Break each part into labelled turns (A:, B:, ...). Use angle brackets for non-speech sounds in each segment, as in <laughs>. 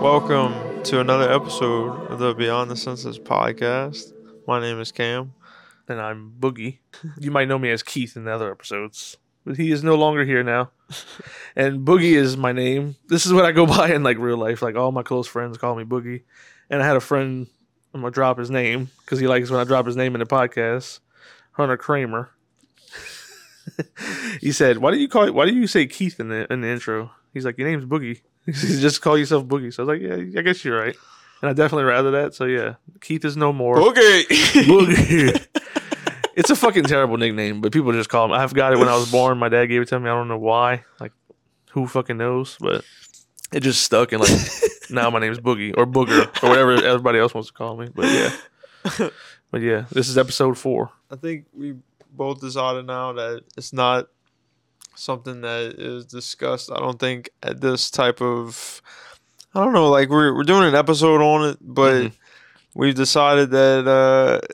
A: Welcome to another episode of the Beyond the Senses podcast. My name is Cam.
B: and I'm Boogie. <laughs> You might know me as Keith in the other episodes, but he is no longer
A: <laughs>
B: here now. And Boogie is my name. This is what I go <laughs> by in like real life. Like all my close friends call me Boogie, and I had a friend. I'm gonna drop his name because he likes when I drop his name in the podcast. Hunter Kramer. <laughs> he said, "Why do you call it? Why do you say Keith in the in the intro?" He's like, "Your name's Boogie. He says, <laughs> Just call yourself Boogie." So I was like, "Yeah, I guess you're right." And I definitely rather that. So yeah, Keith is no more.
A: Okay.
B: <laughs> Boogie. it's a fucking terrible nickname, but people just call him. I've got it when I was born. My dad gave it to me. I don't know why. Like, who fucking knows? But it just stuck. And like, now my name's Boogie or Booger or whatever everybody else wants to call me. But yeah, but yeah, this is episode four.
A: I think we both decided now that it's not something that is discussed. I don't think at this type of I don't know, like we're we're doing an episode on it, but
B: Mhm.
A: we've decided that uh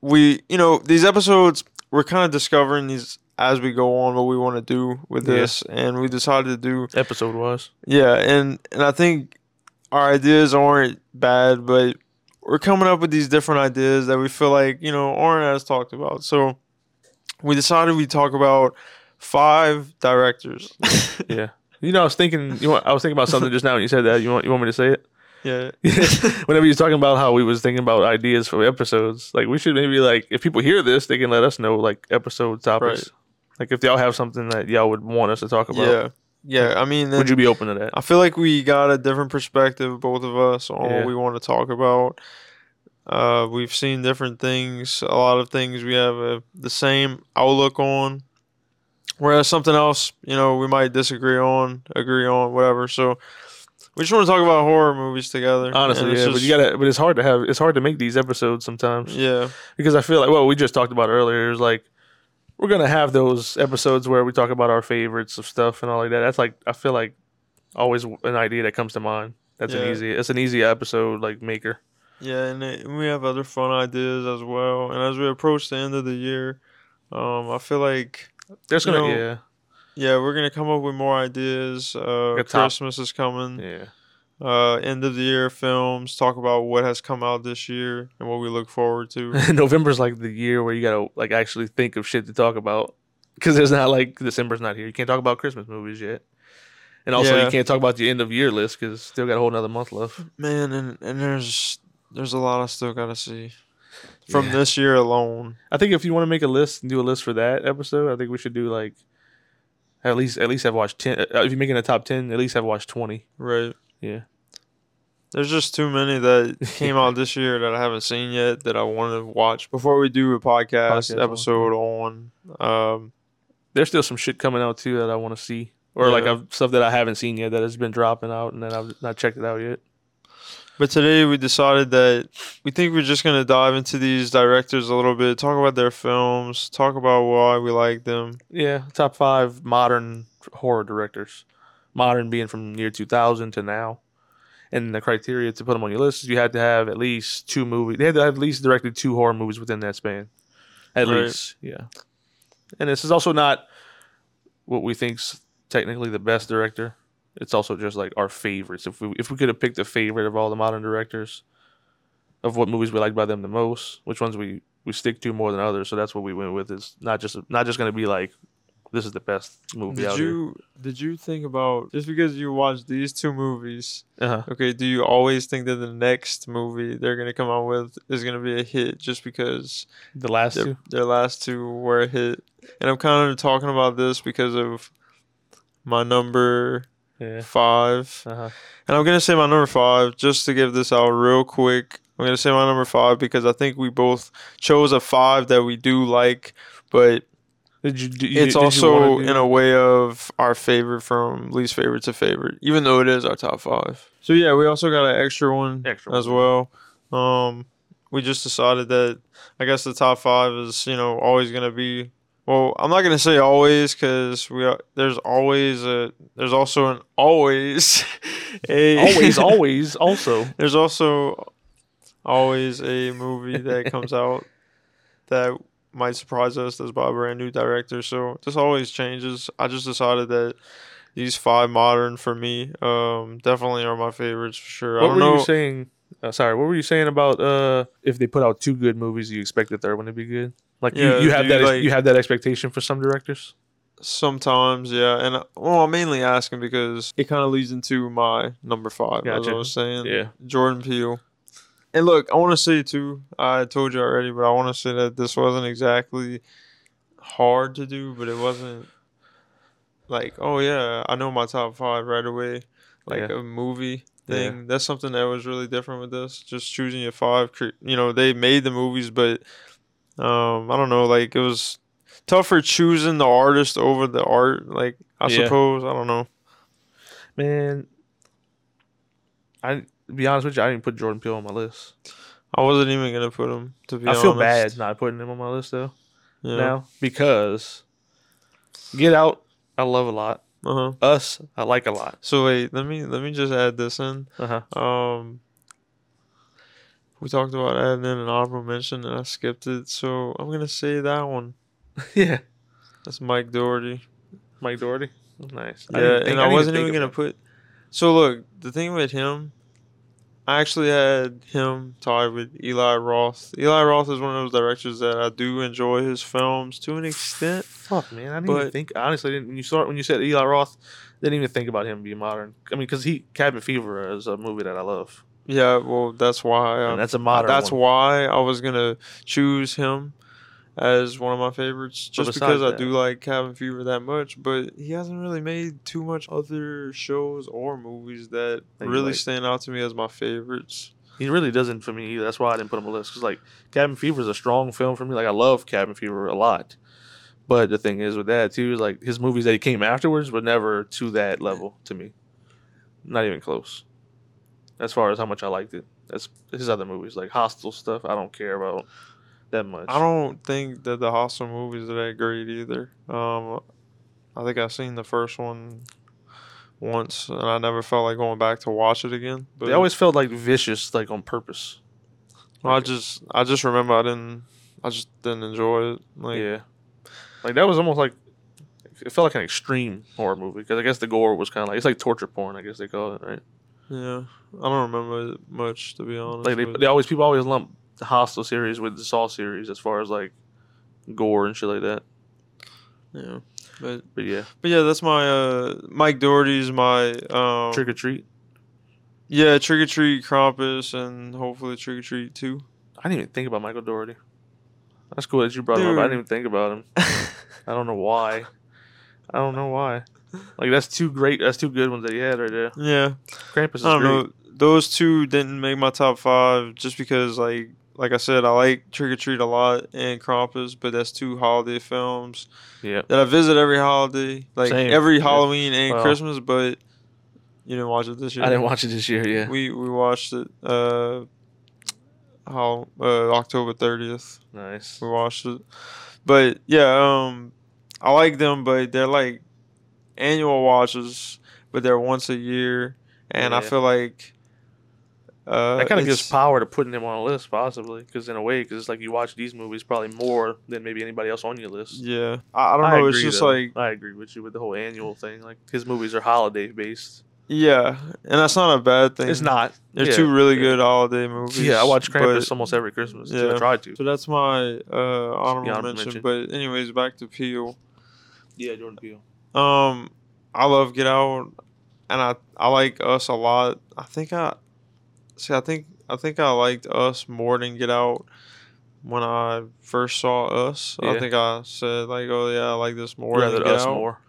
A: we you know, these episodes we're kind of discovering these as we go on what we want to do with
B: Yeah.
A: this and we decided to do
B: Episode wise,
A: yeah, and and I think our ideas aren't bad, but we're coming up with these different ideas that we feel like you know aren't as talked about. So we decided we talk about five directors.
B: <laughs> yeah. You know, I was thinking. You want, I was thinking about something just now when you said that. You want you want me to say it?
A: yeah,
B: <laughs> Whenever you're talking about how we was thinking about ideas for episodes, like we should maybe like if people hear this, they can let us know like episode topics. Like if y'all have something that y'all would want us to talk about,
A: yeah, yeah. I mean,
B: would
A: and
B: you be open to that?
A: I feel like we got a different perspective, both of us, on
B: Yeah.
A: what we want to talk about. Uh, we've seen different things. A lot of things we have uh the same outlook on. Whereas something else, you know, we might disagree on, agree on, whatever. So we just want to talk about horror movies together.
B: Honestly,
A: and it's
B: yeah, but
A: just-
B: you gotta. But it's hard to have. It's hard to make these episodes sometimes
A: Yeah,
B: because I feel like what we just talked about earlier is like we're gonna have those episodes where we talk about our favorites of stuff and all like that. That's like I feel like always an idea that comes to mind. That's
A: Yeah.
B: an easy. It's an easy episode like maker.
A: yeah, and, it- and we have other fun ideas as well. And as we approach the end of the year, um, I feel like
B: There's
A: You
B: gonna
A: know,
B: yeah
A: yeah, we're gonna come up with more ideas. Uh,
B: Good top.
A: Christmas is coming.
B: yeah.
A: uh, end of the year films, talk about what has come out this year and what we look forward to.
B: <laughs> November's like the year where you gotta like actually think of shit to talk about because there's not like December's not here. You can't talk about Christmas movies yet, and also
A: Yeah.
B: you can't talk about the end of year list because still got a whole another month left.
A: <laughs> Man, and, and there's there's a lot I still gotta see from
B: Yeah.
A: this year alone.
B: I think if you want to make a list and do a list for that episode, I think we should do like at least at least have watched ten. uh, If you're making a top ten, at least have watched twenty.
A: Right.
B: Yeah.
A: There's just too many that came out this year that I haven't seen yet that I want to watch before we do a podcast,
B: Podcast on.
A: episode on. Um,
B: There's still some shit coming out too that I want to see, or like
A: Yeah.
B: I've, stuff that I haven't seen yet that has been dropping out and that I've not checked it out yet.
A: But today we decided that we think we're just gonna dive into these directors a little bit, talk about their films, talk about why we like them.
B: Yeah, top five modern horror directors. Modern being from year 2000 to now. And the criteria to put them on your list is you had to have at least two movies. They had to have at least directed two horror movies within that span. At
A: Right.
B: least, yeah. And this is also not what we think's technically the best director. It's also just like our favorites. If we if we could have picked a favorite of all the modern directors, of what movies we liked by them the most, which ones we we stick to more than others. So that's what we went with. It's not just not just going to be like this is the best movie
A: Did
B: out
A: you did you think about just because you watch these two movies?
B: here. Uh-huh.
A: Okay, do you always think that the next movie they're gonna come out with is gonna be a hit just because
B: The last
A: their,
B: two.
A: their last two were a hit? And I'm kind of talking about this because of my number
B: Yeah.
A: five.
B: Uh-huh.
A: And I'm gonna say my number five just to give this out real quick. I'm gonna say my number five because I think we both chose a five that we do like, but
B: Did you, do, you-
A: it's
B: did you
A: also
B: wanna do-
A: in a way of our favorite from least favorite to favorite, even though it is our top five. So yeah, we also got an extra one
B: Extra one.
A: as well. Um, we just decided that I guess the top five is you know always gonna be. Well, I'm not gonna say always because we are, there's always a there's also an always <laughs> a <laughs>
B: always always also.
A: there's also always a movie that
B: <laughs>
A: comes out that might surprise us that's by a brand new director. So this always changes. I just decided that these five modern for me um, definitely are my favorites for sure. I
B: What
A: don't
B: were
A: know.
B: you saying? Uh, sorry, what were you saying about uh, if they put out two good movies, you expect the third one to be good? Like
A: Yeah,
B: you, you have
A: do you
B: that ex-
A: like-
B: you have that expectation for some directors.
A: Sometimes, yeah, and uh, well, I'm mainly asking because it kind of leads into my number five. As I
B: Gotcha.
A: was saying,
B: Yeah.
A: Jordan Peele. And look, I want to say too. I told you already, but I want to say that this wasn't exactly hard to do, but it wasn't like, oh yeah, I know my top five right away, like
B: Yeah.
A: a movie
B: Yeah.
A: thing. That's something that was really different with this. Just choosing your five. cre- You know, they made the movies, but um, I don't know. Like it was tougher choosing the artist over the art. Like I
B: Yeah.
A: suppose I don't know.
B: Man, I to be honest with you, I didn't put Jordan Peele on my list.
A: I wasn't even gonna put him. To be
B: I
A: honest,
B: feel bad not putting him on my list though
A: Yeah.
B: now because Get Out, I love a lot.
A: Uh huh.
B: Us, I like a lot.
A: So wait, let me let me just add this in.
B: Uh huh.
A: Um, we talked about adding in an honorable mention, and I skipped it. So I'm gonna say that one.
B: <laughs> yeah,
A: That's Mike Doherty.
B: Mike Doherty, nice.
A: Yeah,
B: didn't think-
A: and I,
B: didn't
A: wasn't
B: think
A: even gonna
B: about-
A: put. So look, the thing with him, I actually had him tied with Eli Roth. Eli Roth is one of those directors that I do enjoy his films to an extent.
B: Fuck, man, I didn't even
A: But-
B: think. Honestly, I didn't, when you start when you said Eli Roth, didn't even think about him being modern. I mean, because he Cabin Fever is a movie that I love,
A: Yeah, well, that's why.
B: and
A: Um,
B: that's a modern.
A: that's
B: one.
A: why I was gonna choose him as one of my favorites,
B: But
A: just
B: besides
A: because I
B: that-
A: do like Cabin Fever that much. But he hasn't really made too much other shows or movies that
B: That you
A: really
B: like.
A: stand out to me as my favorites.
B: he really doesn't for me. Either. That's why I didn't put him on the list. Because like Cabin Fever is a strong film for me. Like I love Cabin Fever a lot, but the thing is with that too is like his movies that he came afterwards were never to that level to me. Not even close. As far as how much I liked it, that's his other movies like Hostile stuff. I don't care about that much.
A: I don't think that the Hostel movies are that great either. Um, I think I've seen the first one once, and I never felt like going back to watch it again. But
B: They always felt like vicious, like on purpose.
A: I just, I just remember I didn't, I just didn't enjoy it. Like,
B: yeah, like that was almost like it felt like an extreme horror movie because I guess the gore was kind of like it's like torture porn. I guess they call it right.
A: Yeah, I don't remember it much to be honest.
B: Like they,
A: but-
B: they always people always lump the Hostel series with the Saw series as far as like gore and shit like that.
A: yeah, but
B: But yeah,
A: but yeah, that's my uh Mike Doherty's my um
B: Trick or Treat.
A: yeah Trick or Treat Krampus and hopefully Trick or Treat too.
B: I didn't even think about Michael Doherty. That's cool that you brought him up.
A: Dude.
B: I didn't even think about <laughs> him. I don't know why. I don't know why. Like that's two great. That's two good ones that he had right there.
A: yeah,
B: Krampus is
A: I don't
B: great.
A: know. Those two didn't make my top five just because like like I said, I like Trick or Treat a lot and Krampus, but that's two holiday films
B: Yeah.
A: that I visit every holiday, like
B: Same.
A: every
B: Yeah.
A: Halloween and
B: Wow.
A: Christmas. But you didn't watch it this year.
B: I didn't watch it this year. Yeah.
A: We we watched it uh how uh October thirtieth.
B: Nice.
A: We watched it. But yeah, um I like them but they're like annual watches, but they're once a year and I
B: Yeah.
A: feel like uh
B: That kind of gives
A: it's-
B: power to putting him on a list, possibly, because in a way, because it's like you watch these movies probably more than maybe anybody else on your list.
A: Yeah. I, I don't know, it's
B: agree,
A: just
B: though.
A: like
B: I agree with you with the whole annual thing. Like his movies are holiday based.
A: yeah. And that's not a bad thing.
B: It's not.
A: They're
B: yeah,
A: two really
B: yeah.
A: good holiday movies.
B: Yeah, I watch
A: but-
B: Krampus almost every Christmas. Yeah,
A: Yeah.
B: I try to.
A: So that's my uh honorable
B: honorable
A: mention.
B: mention.
A: But anyways, back to Peel.
B: Yeah, Jordan Peele.
A: Um, I love Get Out, and I I like Us a lot. I think I see. I think I think I liked Us more than Get Out when I first saw Us. I
B: Yeah.
A: think I said like, oh yeah, I like this more
B: Rather
A: than Get
B: us
A: Out.
B: more.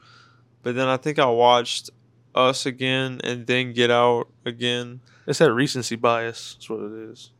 A: But then I think I watched Us again and then Get Out again.
B: It's that recency bias. That's what it is.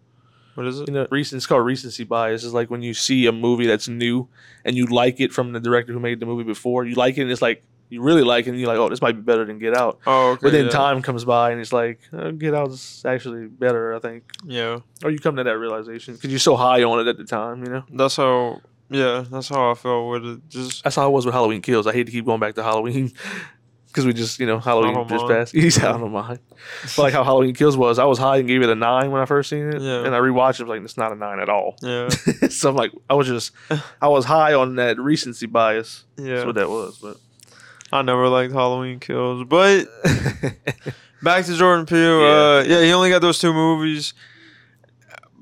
A: What is it?
B: You know, recent. It's called recency bias. It's like when you see a movie that's new and you like it from the director who made the movie before. You like it, and it's like you really like it. and You're like, oh, this might be better than Get Out.
A: Oh, okay.
B: But then
A: yeah.
B: time comes by and it's like uh, Get Out's actually better, I think.
A: Yeah,
B: Or you come to that realization because you're so high on it at the time, you know.
A: that's how. Yeah, that's how I felt with it. Just
B: That's how I was with Halloween Kills. I hate to keep going back to Halloween <laughs> because we just, you know, Halloween
A: don't
B: just
A: mind.
B: passed. <laughs> He's out of mind. But like how Halloween Kills was, I was high and gave it a nine when I first seen it,
A: Yeah.
B: and I rewatched it. I was like, it's not a nine at all. <laughs>
A: yeah,
B: so I'm like, I was just, I was high on that recency bias.
A: yeah.
B: That's what that was. But
A: I never liked Halloween Kills, but
B: <laughs>
A: back to Jordan Peele. Uh, yeah, he only got those two movies.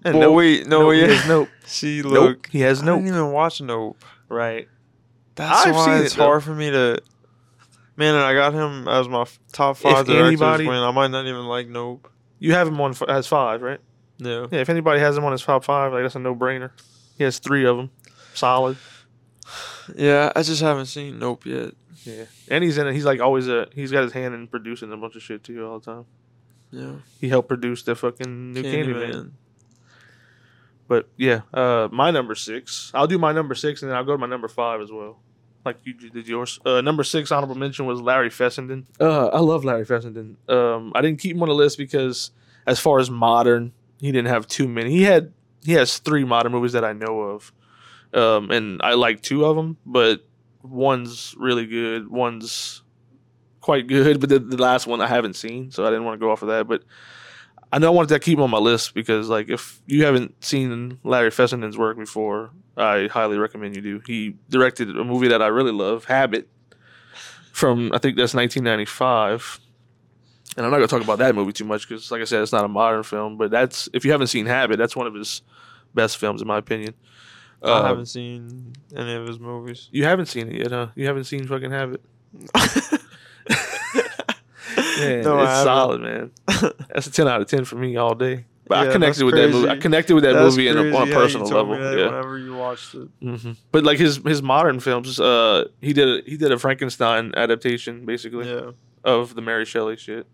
B: And
A: well,
B: Nope.
A: wait, <laughs> no,
B: Nope,
A: yeah. <laughs>
B: he has nope.
A: See,
B: Nope.
A: look,
B: He has
A: I didn't
B: nope.
A: even watch Nope.
B: Right.
A: That's
B: I've
A: why
B: seen
A: it's
B: it, though.
A: hard for me to. Man, and I got him as my f- top five
B: If
A: directors.
B: anybody-
A: when I might not even like Nope.
B: You have him on f- as five, right?
A: No,
B: Yeah. If anybody has him on his top five, like that's a no brainer. He has three of them, solid.
A: <laughs> yeah, I just haven't seen Nope yet.
B: Yeah. And he's in it. He's like always a. He's got his hand in producing a bunch of shit too all the time.
A: Yeah,
B: He helped produce the fucking new Candyman.
A: Candyman.
B: But yeah, uh, my number six. I'll do my number six, and then I'll go to my number five as well. Like you did yours. Uh, number six honorable mention was Larry Fessenden. Uh, I love Larry Fessenden. Um, I didn't keep him on the list because, as far as modern, he didn't have too many. He had he has three modern movies that I know of, um, and I like two of them, but one's really good, one's quite good, <laughs> but the, the last one I haven't seen, so I didn't want to go off of that. But I know I wanted to keep him on my list because, like, if you haven't seen Larry Fessenden's work before, I highly recommend you do. He directed a movie that I really love, Habit, from I think that's 1995. And I'm not gonna talk about that movie too much because, like I said, it's not a modern film. But that's if you haven't seen Habit, that's one of his best films, in my opinion.
A: I
B: Uh,
A: haven't seen any of his
B: <laughs>
A: movies. <laughs>
B: You haven't seen it yet, huh? You haven't seen fucking Habit. Man,
A: No, I
B: it's
A: haven't.
B: solid, man. That's a ten out of ten for me all day. But I
A: Yeah,
B: connected
A: that's
B: with that movie. I
A: crazy.
B: connected with that
A: That's
B: movie in
A: crazy
B: a, on a
A: how you
B: personal
A: told me
B: level.
A: that
B: Yeah.
A: Whenever you watched it,
B: hmm But like his his modern films, uh, he did a, he did a Frankenstein adaptation basically
A: yeah,
B: of the Mary Shelley shit.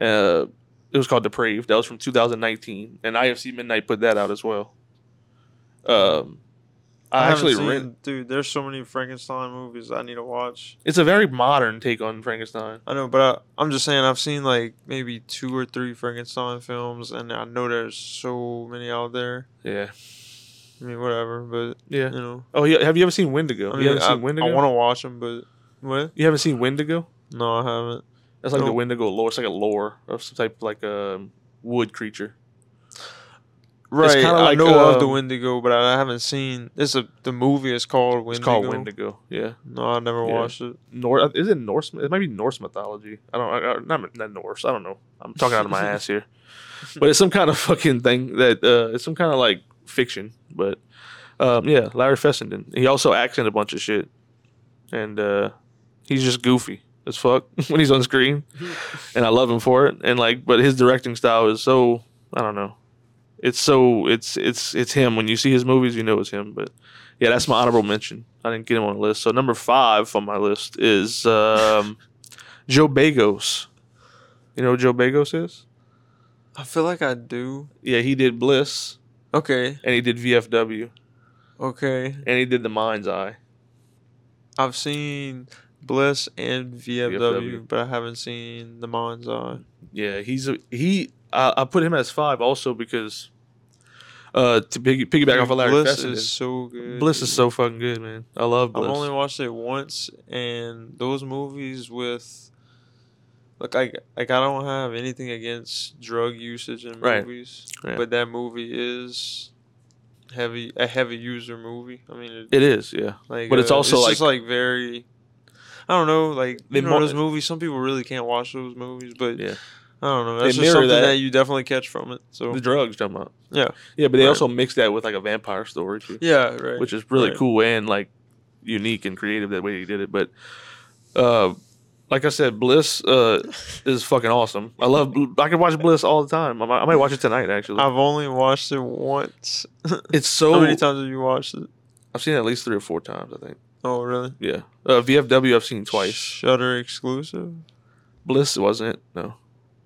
B: Uh, it was called Depraved. That was from 2019, and IFC Midnight put that out as well. Um, I,
A: haven't
B: actually
A: seen,
B: rent.
A: dude. There's so many Frankenstein movies I need to watch.
B: It's a very modern take on Frankenstein.
A: I know, but I, I'm just saying I've seen like maybe two or three Frankenstein films, and I know there's so many out there.
B: Yeah,
A: I mean, whatever, but
B: yeah.
A: you know,
B: Oh, yeah. Have you ever seen Wendigo?
A: I
B: you
A: mean,
B: haven't
A: I,
B: seen Wendigo.
A: want to watch them, but what?
B: You haven't seen Wendigo?
A: No, I haven't.
B: That's like the
A: No.
B: Wendigo lore. It's like a lore of some type of like um, wood creature.
A: Right,
B: kinda
A: I
B: like,
A: know of the
B: um,
A: Wendigo, but I haven't seen. It's a the movie is called Wendigo.
B: It's called Wendigo. Yeah.
A: No, I never
B: Yeah.
A: watched it.
B: Nor is it Norse? It might be Norse mythology. I don't. I, I- not not Norse. I don't know. I'm talking out of <laughs> my ass here. But it's some kind of fucking thing that uh, it's some kind of like fiction. But um, yeah, Larry Fessenden. He also acts in a bunch of shit, and uh, he's just goofy as fuck <laughs> when he's on screen, and I love him for it. And like, but his directing style is so I don't know. It's so it's it's it's him. When you see his movies, you know it's him. But yeah, that's my honorable mention. I didn't get him on the list. So number five on my list is um, <laughs> Joe Bagos. You know who Joe Bagos is?
A: I feel like I do.
B: Yeah, he did Bliss
A: Okay,
B: and he did VFW
A: okay.
B: and he did The Mind's Eye.
A: I've seen Bliss and VFW,
B: VFW.
A: but I haven't seen The Mind's Eye.
B: Yeah, he's a, he. I, I put him as five also because uh, to piggy, piggyback off of Larry
A: Bliss
B: Fessenden,
A: is so good.
B: Bliss is
A: dude.
B: so fucking good, man. I love Bliss.
A: I've only watched it once, and those movies with like I like I don't have anything against drug usage in
B: Right.
A: movies,
B: Yeah.
A: but that movie is heavy a heavy user movie. I mean, it,
B: it is, yeah.
A: like, uh,
B: but it's also
A: just, like very. I don't know, like
B: They
A: you know
B: mo-
A: those movies. Some people really can't watch those movies, but
B: Yeah.
A: I don't know.
B: They
A: That's just
B: mirror
A: something
B: that.
A: that. you definitely catch from it. So
B: The drugs talking about.
A: Yeah.
B: yeah, but they
A: Right.
B: also mix that with like a vampire story too.
A: yeah, right.
B: which is really
A: Right.
B: cool and like unique and creative that way he did it. But uh, like I said, Bliss uh, is fucking awesome. I love. I can watch Bliss all the time. I might, I might watch it tonight actually.
A: I've only watched it once.
B: it's so.
A: How many times have you watched it?
B: I've seen it at least three or four times. I think.
A: Oh, really?
B: Yeah. Uh, VFW I've seen twice.
A: Shutter exclusive.
B: Bliss wasn't. No.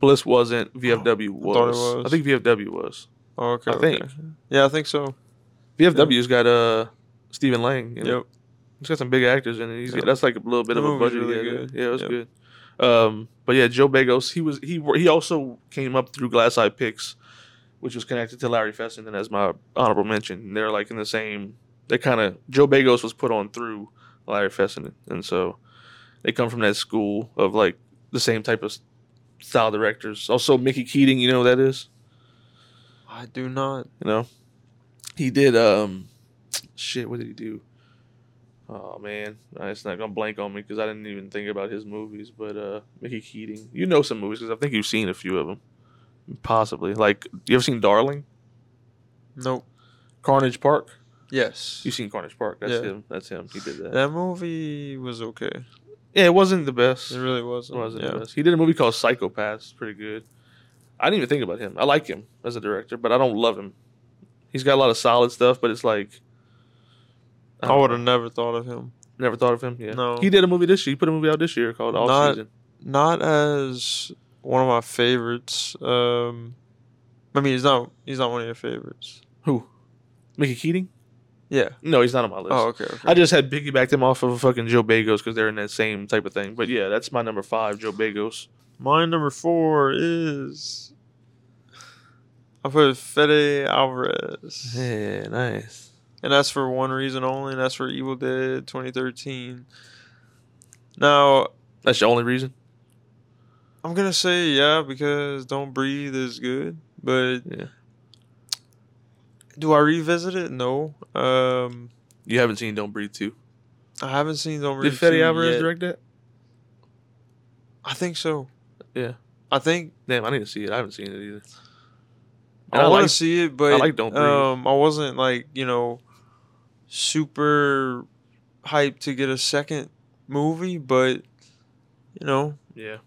B: Bliss wasn't. VFW was.
A: Oh, thought it
B: I
A: was.
B: think VFW was.
A: Oh, okay.
B: I think.
A: okay. Yeah, I think so.
B: VFW's got uh Stephen Lang. in it.
A: Yep.
B: He's got some big actors in it. He's
A: Yep.
B: that's like a little bit
A: The
B: of a
A: movie's
B: budget.
A: really
B: he had.
A: good.
B: Yeah, it was
A: Yep.
B: good. Um, but yeah, Joe Bagos, he was he wor- he also came up through Glass Eye Picks, which was connected to Larry Fessenden as my honorable mention. They're like in the same. They kind of Joe Bagos was put on through Larry Fessenden, and so they come from that school of like the same type of s- style directors. Also, Mickey Keating, you know who that is.
A: I do not.
B: You know, he did um, shit. What did he do? Oh man, Uh, it's not gonna blank on me because I didn't even think about his movies. But uh, Mickey Keating, you know some movies because I think you've seen a few of them, possibly. Like, you ever seen Darling?
A: Nope.
B: Carnage Park?
A: Yes.
B: You've seen Carnage Park? That's
A: Yeah.
B: him. That's him. He did that.
A: That movie was okay. It
B: Yeah, it wasn't the best. It
A: really wasn't.
B: wasn't the
A: yeah.
B: best. He did a movie called Psychopaths. Pretty good. I didn't even think about him. I like him as a director, but I don't love him. He's got a lot of solid stuff, but it's like I
A: I
B: don't
A: would
B: know.
A: have never thought of him.
B: never thought of him. Yeah,
A: No.
B: He did a movie this year. He put a movie out this year called All
A: Not-
B: Season.
A: Not as one of my favorites. Um, I mean, he's not. He's not one of your favorites.
B: Who? Mickey Keating?
A: Yeah.
B: No, he's not on my list.
A: Oh, okay. okay.
B: I just had piggybacked him off of fucking Joe Bagos because they're in that same type of thing. But yeah, that's my number five, Joe Bagos.
A: My number four is. I put Fede Alvarez.
B: <laughs> Yeah, nice.
A: and that's for one reason only, and that's for Evil Dead 2013. Now,
B: That's the only reason.
A: I'm gonna say yeah because Don't Breathe is good, but
B: Yeah.
A: do I revisit it? No, um,
B: You haven't seen Don't Breathe too.
A: I haven't seen Don't Breathe.
B: Did Fede
A: 2
B: Alvarez
A: yet.
B: direct that?
A: I think so.
B: Yeah.
A: I think
B: Damn, I need to see it. I haven't seen it either. And
A: I,
B: I
A: want to
B: like-
A: see it, but
B: like Don't Breathe.
A: Um, I wasn't like you know super hyped to get a second movie, but you know,
B: Yeah.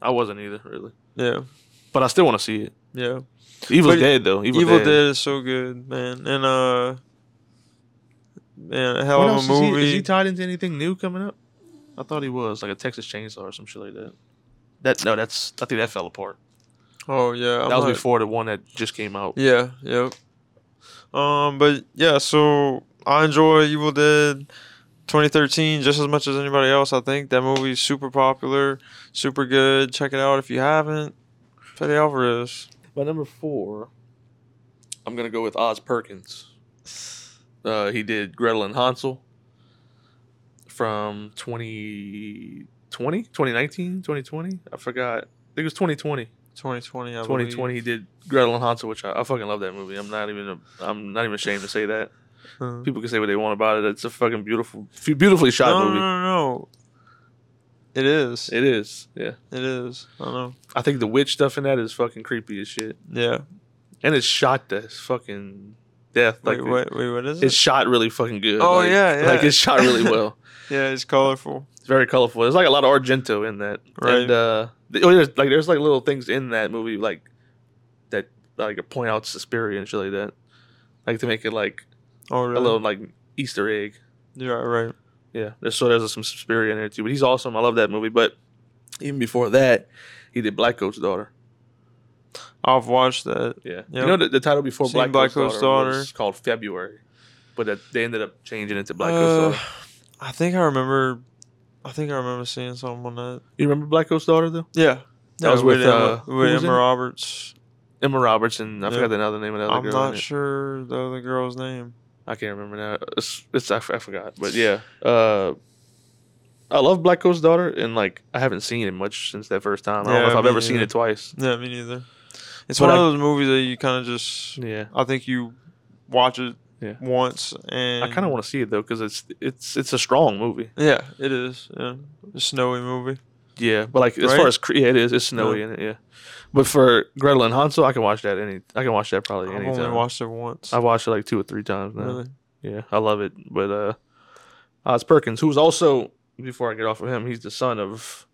B: I wasn't either, really.
A: yeah,
B: But I still want to see it.
A: yeah.
B: Evil's
A: But-
B: Dead, though. Evil,
A: Evil,
B: Dead.
A: Dead. is so good, man, and uh, man, a hell
B: What
A: of
B: else
A: a
B: is, he,
A: movie.
B: is he tied into anything new coming up? I thought he was, like a Texas Chainsaw or some shit like that. That No, that's, I think that fell apart.
A: oh yeah, I'm
B: that was
A: not-
B: before the one that just came out.
A: Yeah, yep. Um, but yeah, so I enjoy Evil Dead 2013 just as much as anybody else. I think that movie's super popular, super good. Check it out if you haven't. Fede Alvarez.
B: My number four, I'm gonna go with Oz Perkins. Uh, he did Gretel and Hansel from 2020, 2019, 2020. I forgot. I think it was 2020.
A: 2020, I
B: 2020. He did Gretel and Hansel, which I, I fucking love that movie. I'm not even. A, I'm not even ashamed to say that.
A: believe.
B: People can say what they want about it. It's a fucking beautiful, f- beautifully shot
A: no,
B: movie.
A: no, no, no. It is.
B: It is. Yeah.
A: It is. I know.
B: I think the witch stuff in that is fucking creepy as shit,
A: Yeah.
B: and it's shot to fucking death. Like
A: Wait,
B: the-
A: wait, wait, what is it?
B: it's shot really fucking good.
A: Oh,
B: like,
A: yeah, yeah.
B: like it's
A: <laughs>
B: shot really well.
A: yeah, it's colorful.
B: It's very colorful. There's like a lot of Argento in that,
A: Right.
B: And uh, th- oh, there's like there's like little things in that movie like that like point out Suspiria and shit like that, like to make it like
A: Oh, really?
B: a little like Easter egg.
A: Yeah, right.
B: Yeah, there's so there's some Suspiria in there too. But he's awesome. I love that movie. But even before that, he did Black Coat's Daughter.
A: I've watched that.
B: Yeah,
A: Yep.
B: you know the, the title before
A: Seen
B: Black,
A: Black
B: Coat's,
A: Coat's
B: Daughter,
A: Daughter.
B: was called February, but that, they ended up changing it to Black
A: Uh,
B: Coat's Daughter.
A: I think I remember. I think I remember seeing something on that.
B: You remember Black Coat's Daughter though?
A: Yeah,
B: That was with,
A: William,
B: uh, who was in
A: Emma
B: it?
A: Roberts.
B: Emma Robertson. I
A: Yeah.
B: forgot the other name of the other
A: I'm
B: girl. in
A: not
B: it.
A: sure the other girl's name.
B: I can't remember now. It's, it's I, f- I forgot. But yeah, uh, I love Black Coat's Daughter, and like I haven't seen it much since that first time. I don't
A: Yeah,
B: know if I've
A: me
B: ever seen
A: neither.
B: it twice.
A: Yeah, me neither. It's
B: But
A: one
B: I-
A: of those movies that you kind of just.
B: Yeah,
A: I think you watch it
B: Yeah.
A: once and
B: I kind of want to see it though because it's it's it's a strong movie.
A: Yeah, it is. Yeah, a snowy movie.
B: Yeah, but like as far
A: Right?
B: as cre- yeah, it is. It's snowy in it. Yeah, but for Gretel and Hansel, I can watch that any. I can watch that probably
A: I've
B: any
A: only
B: time.
A: watched it once.
B: I've watched it like two or three times now.
A: really?
B: Yeah, I love it. But uh Oz Perkins, who's also before I get off of him, he's the son of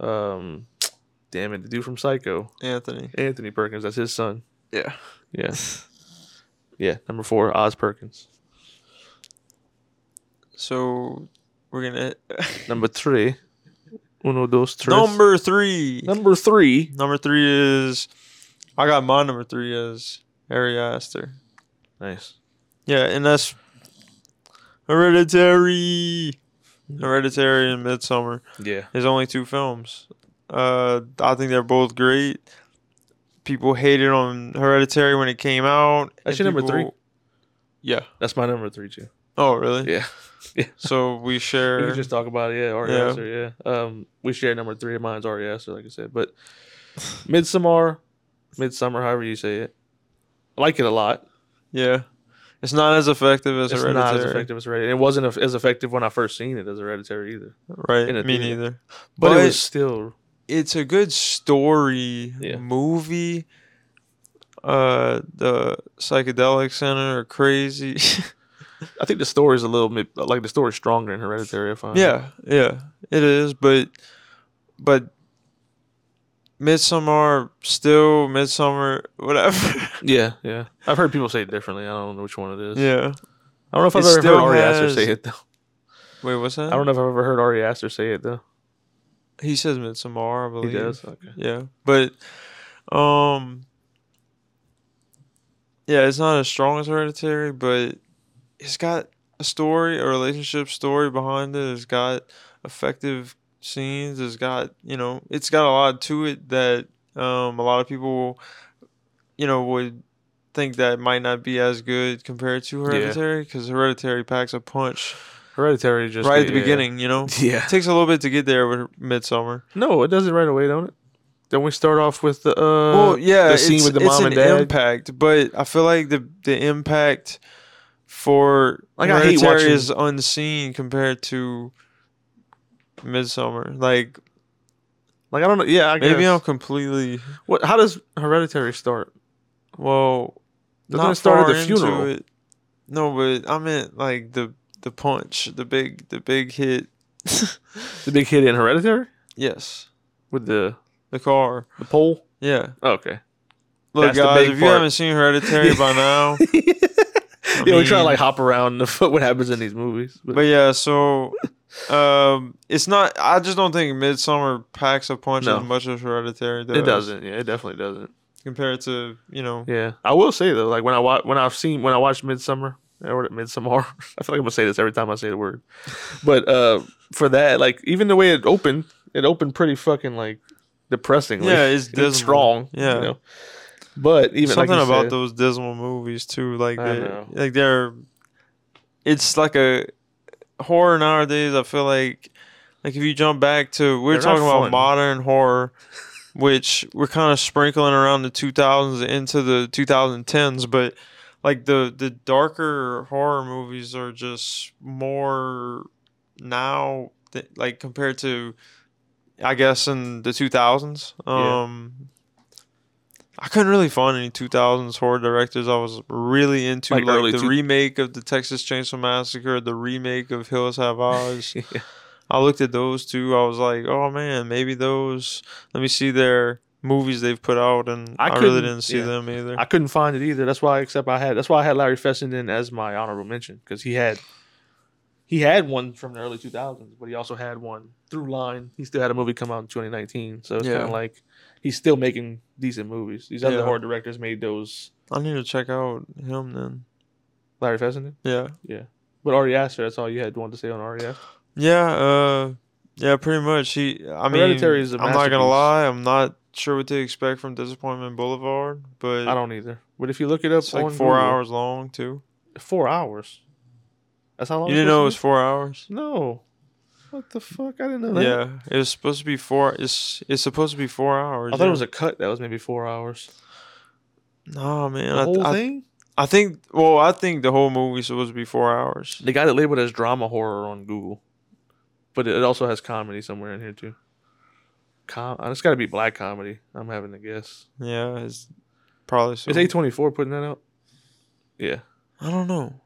B: um damn it, the dude from Psycho.
A: <laughs> Anthony.
B: Anthony Perkins, that's his son.
A: Yeah.
B: Yeah. Yeah, number four, Oz Perkins.
A: So we're gonna
B: Number three. Uno dos tres.
A: number three.
B: number three.
A: Number three is I got my number three as Harry Astor.
B: Nice.
A: Yeah, and that's Hereditary. Hereditary and Midsummer.
B: Yeah.
A: His only two films. Uh, I think they're both great. People hated on Hereditary when it came out.
B: That's
A: and
B: your number three?
A: people- Yeah.
B: That's my number three too.
A: Oh, really?
B: Yeah.
A: So we share.
B: We could just talk about it, yeah, Ari
A: Yeah.
B: Aster, yeah. Um, we share number three of mine's Ari Aster, like I said. But Midsommar, Midsummer, however you say it, I like it a lot.
A: yeah. It's not as effective as
B: It's
A: Hereditary.
B: not as effective as Hereditary. It wasn't af- as effective when I first seen it as Hereditary either.
A: Right.
B: in a
A: Me
B: theater.
A: neither.
B: But,
A: But-
B: it was still
A: It's a good story
B: Yeah.
A: movie. Uh, the psychedelic center are crazy. <laughs>
B: I think the story's a little bit like the story's stronger in Hereditary if I
A: yeah, yeah, it is. But, but, Midsummer still Midsummer, whatever. <laughs>
B: Yeah, yeah. I've heard people say it differently. I don't know which one it is.
A: yeah.
B: I don't know if
A: It
B: I've ever
A: still
B: heard Ari Aster
A: has-
B: say it though.
A: Wait, what's that?
B: I don't know if I've ever heard Ari Aster say it though.
A: He says Midsommar, I believe.
B: He does. Okay.
A: Yeah, but um, yeah, it's not as strong as Hereditary, but it's got a story, a relationship story behind it. It's got effective scenes. It's got you know, it's got a lot to it that um, a lot of people, you know, would think that might not be as good compared to Hereditary because Hereditary packs a punch
B: Hereditary just
A: right at the
B: yeah.
A: beginning. You know,
B: <laughs> Yeah.
A: it takes a little bit to get there with Midsummer.
B: No, it does it right away, don't it? Then we start off with the uh
A: well, yeah,
B: the scene
A: it's,
B: with the
A: it's
B: mom
A: an
B: and dad.
A: impact, but I feel like the the impact for
B: Like, I hate
A: Hereditary
B: watching-
A: is unseen compared to Midsummer. Like
B: Like I don't know. Yeah, I
A: maybe
B: guess.
A: I'm completely
B: What? How does Hereditary start?
A: well.
B: Doesn't
A: not
B: it start at
A: far
B: the
A: into
B: funeral?
A: It. No, but I meant like the the punch, the big the big
B: <laughs>
A: hit.
B: The big hit in Hereditary
A: yes,
B: with the
A: the car.
B: the pole.
A: Yeah,
B: Oh, <laughs> Okay.
A: look,
B: That's the
A: guys,
B: big
A: if you
B: part.
A: haven't seen Hereditary
B: <laughs>
A: by now,
B: yeah, we try to
A: mean-
B: like hop around <laughs> the foot. What happens in these movies? But,
A: But yeah,
B: <laughs>
A: so um, it's not. I just don't think Midsummer packs a punch
B: No.
A: as much as Hereditary does.
B: it doesn't. Yeah, it definitely doesn't.
A: compared to you know.
B: Yeah, I will say though, like when I watch when I've seen when I watched Midsummer or Midsummer, <laughs> I feel like I'm gonna say this every time I say
A: <laughs>
B: the word. But uh for that, like even the way it opened, it opened pretty fucking like depressingly.
A: Yeah,
B: <laughs>
A: it's
B: And
A: dismal.
B: strong.
A: Yeah.
B: you know? but even
A: something
B: like you
A: about
B: said,
A: those dismal movies too. Like
B: I
A: they,
B: know.
A: like they're. It's like a horror nowadays. I feel like, like if you jump back to we we're
B: They're not
A: talking about
B: fun.
A: modern horror, which we're kind of sprinkling around the 2000s into the 2010s, but like the the darker horror movies are just more now th- like compared to I guess in the 2000s.
B: Yeah.
A: Um I couldn't really find any 2000s horror directors I was really into
B: Like
A: like,
B: early
A: the
B: two-
A: remake of the Texas Chainsaw Massacre, the remake of Hills Have Eyes.
B: <laughs> yeah.
A: I looked at those two. I was like, oh man, maybe those. Let me see their movies they've put out, and I,
B: I
A: really
B: couldn't-
A: didn't see
B: yeah.
A: them either.
B: I couldn't find it either. That's why, except I had that's why I had Larry Fessenden as my honorable mention because he had he had one from the early 2000s, but he also had one through line. He still had a movie come out in 2019, so it's
A: Yeah.
B: kind of like he's still making decent movies. These other
A: Yeah.
B: horror directors made those
A: I need to check out him then.
B: Larry Fessenden,
A: Yeah,
B: but Ari Aster. That's all you had wanted to say on Ari Aster.
A: yeah, uh, yeah. Pretty much. He. I mean,
B: Hereditary is a
A: I'm not gonna
B: masterpiece.
A: lie. I'm not sure what to expect from Disappointment Boulevard, but
B: I don't either. But if you look it up,
A: it's like
B: on
A: four
B: Google-
A: hours long too.
B: Four hours. That's how long.
A: You didn't know it was
B: supposed
A: four hours.
B: to be? No. What the fuck? I didn't know that.
A: Yeah, it was supposed to be four. It's it's supposed to be four hours.
B: I thought
A: yeah.
B: it was a cut that was maybe four hours.
A: No man,
B: The
A: I,
B: whole
A: I,
B: thing.
A: I think. Well, I think the whole movie's supposed to be four hours.
B: They got it labeled as drama horror on Google, but it also has comedy somewhere in here too. Com, uh, it's got to be black comedy. I'm having to guess.
A: Yeah, it's probably so.
B: Is A24 putting that out? Yeah,
A: I don't know.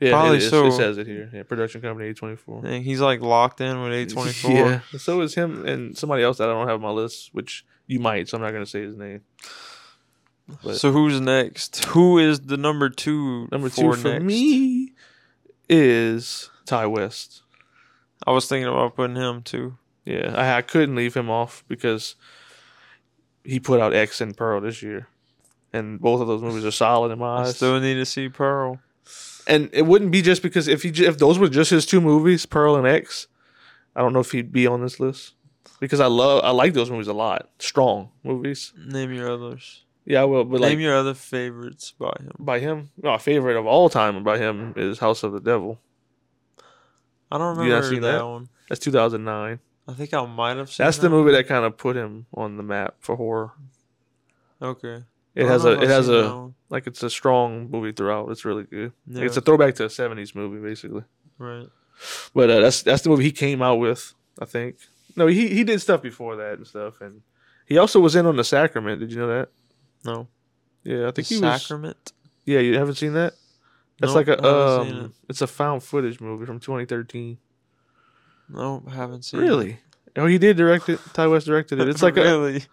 B: yeah.
A: Probably
B: it, is.
A: so.
B: it says it here. Yeah, production company A24.
A: And he's like locked in with A24.
B: <laughs> Yeah. So is him and somebody else that I don't have on my list, which you might. So I'm not gonna say his name. But
A: So who's next? Who is the number two?
B: number two for
A: next?
B: me is Ty West.
A: I was thinking about putting him too.
B: Yeah, I, I couldn't leave him off because he put out X and Pearl this year, and both of those movies are solid in my
A: I
B: eyes.
A: still need to see Pearl.
B: and it wouldn't be just because if he ju- if those were just his two movies, Pearl and X, I don't know if he'd be on this list because I love I like those movies a lot. Strong movies.
A: Name your others.
B: Yeah, I will. But like
A: Name your other favorites by him.
B: by him, my favorite of all time by him is House of the Devil.
A: I don't
B: You not
A: remember
B: seen
A: that,
B: that?
A: one.
B: That's 2009.
A: I think I might have seen.
B: That's the
A: that.
B: movie that kind of put him on the map for horror.
A: Okay.
B: It has a it has a like it's a strong movie throughout. It's really good. Like, it's a throwback to a '70s movie basically.
A: right.
B: But uh, that's that's the movie he came out with, I think. No, he he did stuff before that and stuff, and he also was in on the Sacrament. Did you know that?
A: No,
B: Yeah, I think he was.
A: sacrament.
B: Yeah, you haven't seen that? That's
A: Nope,
B: like a
A: I haven't seen
B: um, it's a found footage movie from 2013.
A: No, I haven't seen.
B: Really? Oh, he did direct it. Ty West directed
A: it. <laughs>
B: it. It's like a
A: really.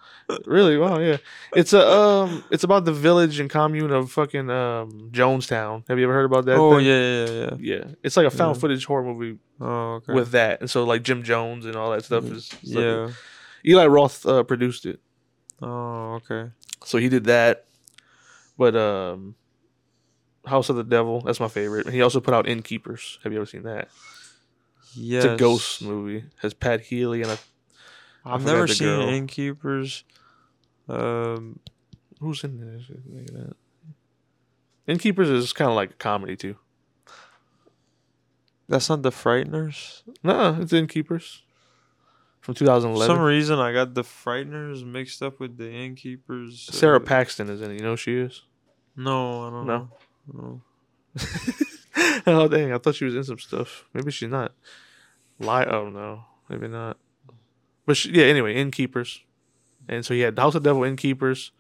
B: really wow, yeah. It's a um, it's about the village and commune of fucking um Jonestown. Have you ever heard about that?
A: oh
B: thing?
A: yeah, yeah, yeah.
B: yeah. It's like a found
A: Yeah.
B: footage horror movie
A: Oh, okay.
B: with that, and so like Jim Jones and all that stuff
A: Mm,
B: is. is like a-
A: yeah.
B: Eli Roth uh, produced it,
A: Oh, okay.
B: so he did that. But um, House of the Devil, that's my favorite. And he also put out Innkeepers. Have you ever seen that?
A: Yes.
B: It's a ghost movie. Has Pat Healy and a,
A: I've
B: forgot
A: never
B: the
A: seen
B: girl.
A: innkeepers. Um,
B: who's in this? Look at that. Innkeepers is kind of like a comedy too.
A: that's not the frighteners.
B: No, it's Innkeepers from
A: For
B: 2011.
A: some reason, I got the frighteners mixed up with the innkeepers.
B: Sarah
A: uh,
B: Paxton is in it. You know who she is.
A: No, I don't
B: No.
A: know. No.
B: <laughs> oh dang! I thought she was in some stuff. Maybe she's not. Lie? Oh no, maybe not. But she, yeah, anyway, innkeepers. And so he had House of Devil innkeepers,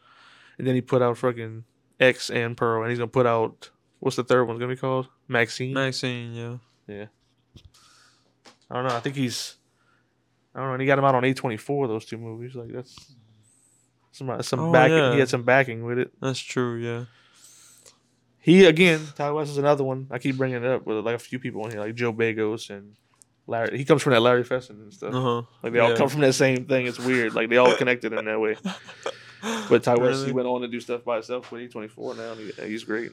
B: and then he put out fucking X and Pearl, and he's gonna put out what's the third one gonna be called? Maxine.
A: Maxine, yeah.
B: I don't know. I think he's. I don't know. And he got him out on A twenty four. Those two movies, like that's some some
A: Oh,
B: backing.
A: yeah.
B: He had some backing with it.
A: That's true, yeah.
B: He again, Ty West is another one. I keep bringing it up with like a few people in here, like Joe Bagos and Larry. He comes from that Larry Feston and stuff.
A: Uh huh.
B: Like they all
A: Yeah.
B: come from that same thing. It's weird. Like they all connected in that way.
A: <laughs>
B: But Ty West, he
A: Really?
B: went on to do stuff by himself with E24 now. And he, he's great.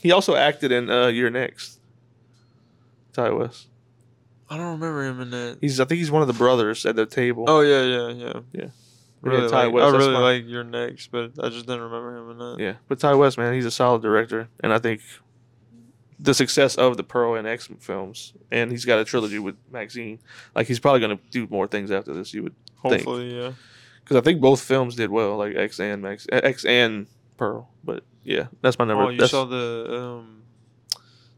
B: He also acted in uh, You're Next. Ty West.
A: I don't remember him in that.
B: He's I think he's one of the brothers at the table.
A: Oh yeah, yeah, yeah.
B: Yeah,
A: Really
B: Ty
A: like,
B: West,
A: I
B: that's
A: really
B: my-
A: like your next, but I just didn't remember him in that.
B: Yeah, but Ty West, man, he's a solid director, and I think the success of the Pearl and X films, and he's got a trilogy with Maxine. Like he's probably gonna do more things after this. You would, Thank-
A: Hopefully, yeah.
B: because I think both films did well, like X and Max, eh, X and Pearl. But yeah, that's my number.
A: Oh, you
B: that's,
A: saw the um,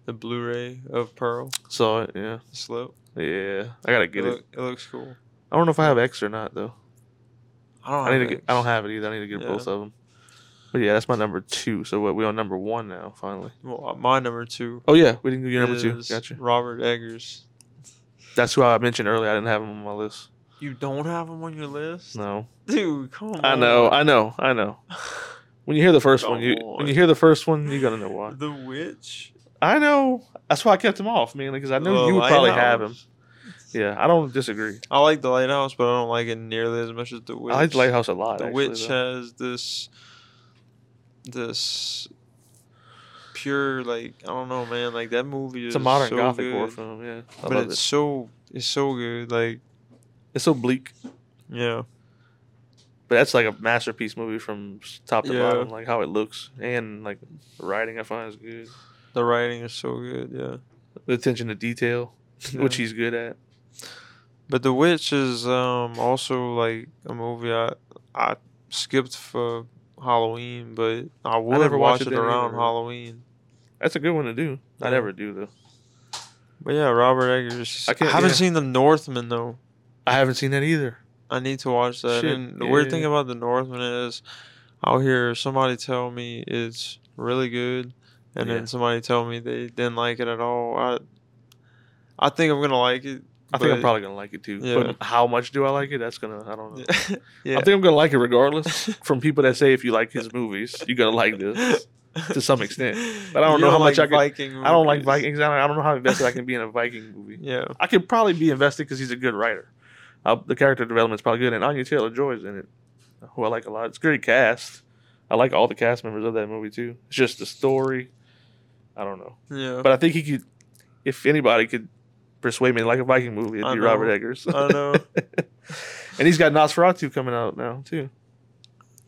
A: the Blu-ray of Pearl
B: saw it. Yeah,
A: Slope.
B: yeah. I gotta get
A: it,
B: it.
A: look- it looks cool.
B: I don't know if I have X or not though.
A: I don't.
B: I
A: have
B: need to get. I
A: X.
B: don't have it either. I need to
A: Oh,
B: get
A: Yeah.
B: both of them. But yeah, that's my number two. So what? We on number one now, finally.
A: Well, my number two.
B: Oh yeah, we didn't do your number two.
A: is
B: Gotcha.
A: Robert Eggers.
B: That's who I mentioned earlier. I didn't have him on my list.
A: You don't have him on your list,
B: No.
A: dude. Come on.
B: I know, I know, I know. When you hear the first one, you
A: Come on.
B: when you hear the first one, you're gonna know why.
A: The Witch.
B: I know. That's why I kept him off, mainly because I knew
A: The
B: you would probably
A: Lighthouse.
B: have him. Yeah, I don't disagree.
A: I like the Lighthouse, but I don't like it nearly as much as the Witch.
B: I like Lighthouse a lot.
A: The
B: actually,
A: witch
B: though.
A: has this, this pure like I don't know, man. Like that movie
B: it's
A: is
B: a modern
A: so
B: gothic
A: good,
B: horror film. Yeah, I
A: but
B: love
A: it's
B: it.
A: so it's so good. Like
B: It's so bleak,
A: yeah,
B: but that's like a masterpiece movie from s- top to
A: Yeah.
B: bottom, like how it looks and like the writing. I find is good.
A: the writing is so good. Yeah,
B: <laughs> The attention to detail, which
A: Yeah.
B: he's good at.
A: but the witch is um also like a movie I I skipped for Halloween, but I would
B: never
A: watch
B: watched it
A: it,
B: then
A: around
B: either.
A: Halloween.
B: That's a good one to do. I
A: Yeah.
B: never do though.
A: But yeah, Robert Eggers.
B: I
A: I,
B: can't-
A: haven't
B: yeah.
A: seen The Northman though.
B: I haven't seen that either.
A: I need to watch that.
B: Shit,
A: and the weird thing
B: yeah.
A: about the Northman is, I'll hear somebody tell me it's really good, and
B: Yeah.
A: then somebody tell me they didn't like it at all. I, I think I'm gonna like it.
B: I think I'm
A: but-
B: probably gonna like it too.
A: Yeah.
B: But how much do I like it? That's gonna
A: <laughs>
B: I don't know.
A: yeah.
B: I think I'm gonna like it
A: <laughs>
B: regardless. From people that say if you like his movies, you're gonna like this to some extent. but I don't
A: You
B: know how much I could-
A: Viking
B: I don't like
A: movies.
B: Vikings. I don't- I don't know how invested I can be in a Viking movie.
A: Yeah,
B: I could probably be invested because he's a good writer. Uh, the character development's probably good, and Anya Taylor Joy's in it, who I like a lot. It's a great cast. I like all the cast members of that movie too. It's just the story. I don't know,
A: yeah.
B: but I think he could. If anybody could persuade me to like a Viking movie, it'd
A: I
B: be
A: know.
B: Robert Eggers. <laughs>
A: I know.
B: and he's got Nosferatu coming out now too.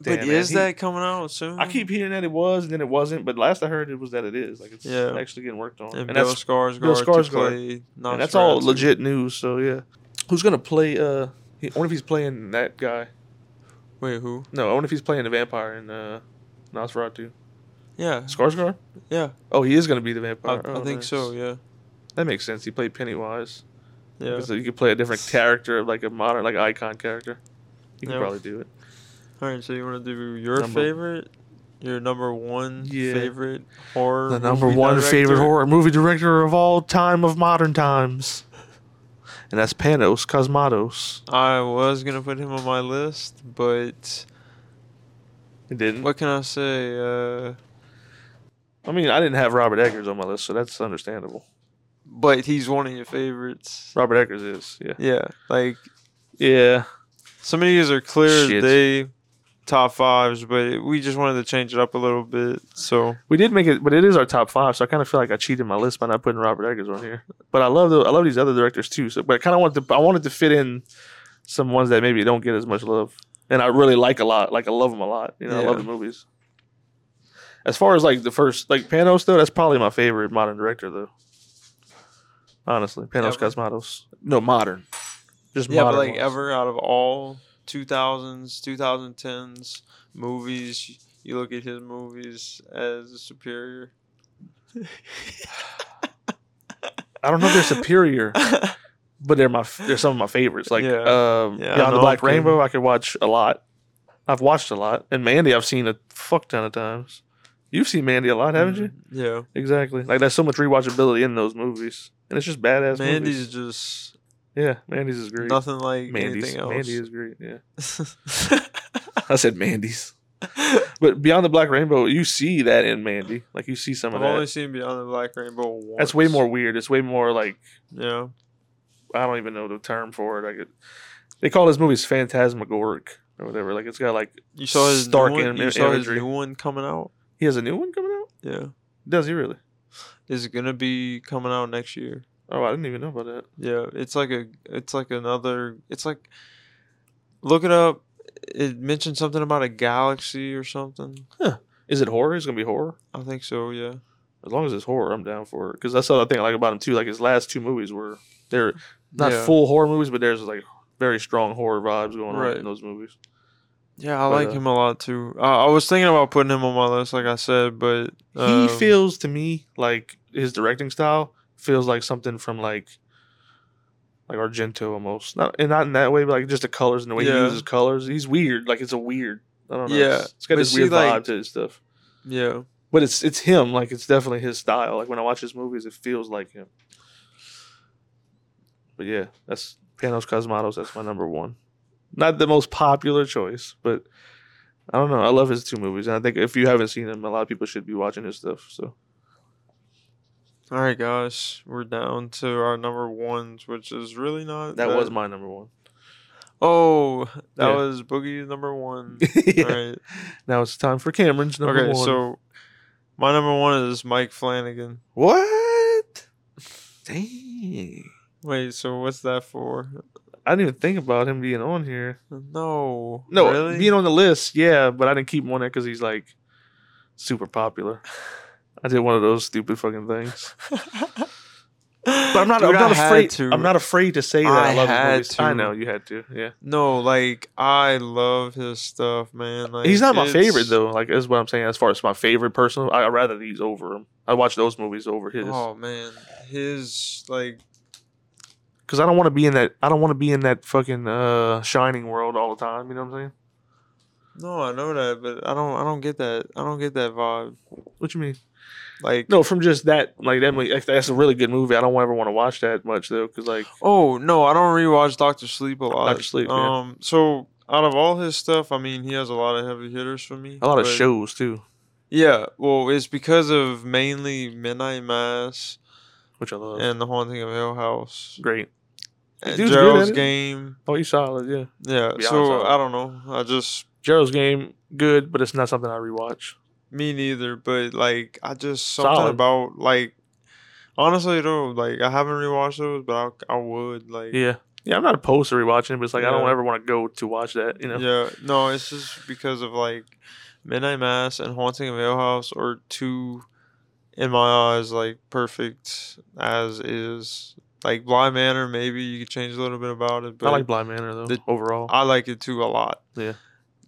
B: Damn,
A: but
B: man,
A: is
B: he-
A: that coming out soon?
B: I keep hearing that it was, and then it wasn't. But last I heard, it was that it is. Like it's
A: Yeah.
B: actually getting worked on,
A: And,
B: and,
A: Bill
B: that's
A: Skarsgård.
B: Bill
A: to
B: Skarsgård.
A: play
B: and that's all
A: Nosferatu.
B: legit news. So yeah, who's gonna play? Uh, he, I wonder if he's playing that guy.
A: Wait, who?
B: No, I wonder if he's playing the vampire in uh, Nosferatu.
A: Yeah,
B: Skarsgård?
A: yeah,
B: Oh, he is going to be the
A: I,
B: vampire.
A: I
B: Oh,
A: think
B: nice.
A: so. Yeah,
B: That makes sense. He played Pennywise.
A: yeah.
B: So you could play a different character, like a modern, like icon character. You can
A: Yeah.
B: probably do it.
A: All right, so you want to do your
B: Number-
A: favorite, your number one
B: Yeah.
A: favorite horror,
B: The number
A: movie
B: one
A: director?
B: favorite horror movie director of all time of modern times. And that's Panos Cosmatos.
A: I was gonna put him on my list, but
B: It didn't.
A: what can I say? Uh,
B: I mean, I didn't have Robert Eggers on my list, so that's understandable.
A: but he's one of your favorites.
B: Robert Eggers is, yeah.
A: Yeah, like
B: Yeah.
A: some of these are clear as
B: Shit.
A: day top fives, but we just wanted to change it up a little bit. So
B: We did make it, but it is our top five, so I kind of feel like I cheated my list by not putting Robert Eggers on here. But I love the, I love these other directors too. So, but I kind of wanted to, I wanted to fit in some ones that maybe don't get as much love, and I really like a lot. Like I love them a lot. You know, I love
A: Yeah.
B: the movies. As far as like the first, like Panos though, that's probably my favorite modern director though. Honestly, Panos
A: Ever?
B: Cosmatos. No modern, just
A: yeah, but
B: modern.
A: like
B: ones.
A: ever out of all two thousands, two thousand tens movies, you look at his movies as superior.
B: I don't know if
A: <laughs>
B: they're superior, but they're my f- they're some of my favorites. Like
A: Yeah.
B: um,
A: Yeah, I
B: Beyond the
A: know,
B: Black
A: I can-
B: Rainbow, I could watch a lot. I've watched a lot, and Mandy, I've seen a fuck ton of times. You've seen Mandy a lot, haven't you?
A: Yeah,
B: Exactly. Like there's so much rewatchability in those movies, and it's just badass.
A: Mandy's
B: movies.
A: just
B: yeah, Mandy's is great.
A: nothing like
B: Mandy's,
A: anything else. <laughs>
B: Mandy is great. Yeah, I said Mandy's, but Beyond the Black Rainbow, you see that in Mandy. Like you see some of
A: I've
B: that.
A: only seen Beyond the Black Rainbow once.
B: That's way more weird. It's way more like
A: Yeah,
B: I don't even know the term for it. I could, they call his movies phantasmagoric or whatever. Like it's got like
A: you saw his
B: Stark
A: new one,
B: anim-
A: you saw his
B: imagery.
A: new one coming out.
B: he has a new one coming out.
A: Yeah,
B: Does he really?
A: is it gonna be coming out next year?
B: Oh, I didn't even know about that.
A: Yeah, it's like a it's like another it's like look it up. It mentioned something about a galaxy or something.
B: Is it horror? Is it gonna be horror?
A: I think so, yeah.
B: As long as it's horror, I'm down for it. Because that's the other thing I like about him too. Like his last two movies were they're not
A: Yeah.
B: full horror movies, but there's like very strong horror vibes going on
A: Right.
B: in those movies.
A: Yeah, I
B: But,
A: like
B: uh,
A: him a lot too. I, I was thinking about putting him on my list like I said, but um,
B: he feels to me like his directing style feels like something from like like Argento almost. Not and not in that way, but like just the colors and the way he
A: Yeah.
B: uses colors. He's weird. Like it's a weird. I don't know.
A: Yeah,
B: it's- it's got
A: but
B: this
A: see,
B: weird
A: like-
B: vibe to his stuff.
A: Yeah.
B: But it's it's him. Like it's definitely his style. Like when I watch his movies, it feels like him. But yeah, that's Panos Cosmatos. That's my number one. Not the most popular choice, but I don't know. I love his two movies, and I think if you haven't seen him, a lot of people should be watching his stuff. So
A: All right, guys, we're down to our number ones, which is really not
B: that was my number <laughs> one.
A: Oh, that
B: Yeah.
A: was Boogie number one. All
B: <laughs> Yeah.
A: right.
B: Now it's time for Cameron's number
A: okay,
B: one.
A: so my number one is Mike Flanagan.
B: what? Dang!
A: Wait, so what's that for?
B: I didn't even think about him being on here.
A: No.
B: No,
A: really? <gasps>
B: being on the list, yeah, but I didn't keep him on there because he's like super popular. I did one of those stupid fucking things,
A: but
B: but I'm not. I'm not afraid. I'm not afraid to say that I,
A: I
B: love his
A: had
B: movies. I
A: to.
B: know you had to. Yeah,
A: No, like I love his stuff, man. Like
B: he's not my
A: it's-
B: favorite though. Like is what I'm saying. As far as my favorite personal, I, I'd rather these over him. I watch those movies over his
A: Oh man, his like
B: because I don't want to be in that. I don't want to be in that fucking uh, shining world all the time. You know what I'm saying?
A: no, I know that, but I don't. I don't get that. I don't get that vibe.
B: What you mean?
A: Like
B: No, from just that, like that. movie- Like, that's a really good movie. I don't ever want to watch that much though, because like,
A: Oh no, I don't rewatch Doctor Sleep a lot.
B: Dr. Sleep, yeah.
A: Um, so out of all his stuff, I mean, he has a lot of heavy hitters for me.
B: a lot of
A: but-
B: shows too,
A: Yeah, well, it's because of mainly Midnight Mass
B: which I love.
A: and The Haunting of Hill House.
B: Great.
A: And
B: dude's good
A: Gerald's
B: at it.
A: game.
B: Oh, he's solid. Yeah,
A: Yeah.
B: Yeah,
A: so
B: so-
A: I don't know. I just
B: Gerald's game good, but it's not something I rewatch.
A: me neither, but like I just something
B: Solid.
A: about like honestly though, like I haven't rewatched those, but I, I would like
B: Yeah, yeah. I'm not opposed to rewatching it, but it's like I don't
A: Yeah.
B: ever want to go to watch that. You know?
A: Yeah, no, it's just because of like Midnight Mass and Haunting of Hill House are two, in my eyes, like perfect as is. Like Blind Manor, maybe you could change a little bit about it, but
B: I like Blind Manor though.
A: the-
B: overall,
A: I like it too a lot.
B: Yeah.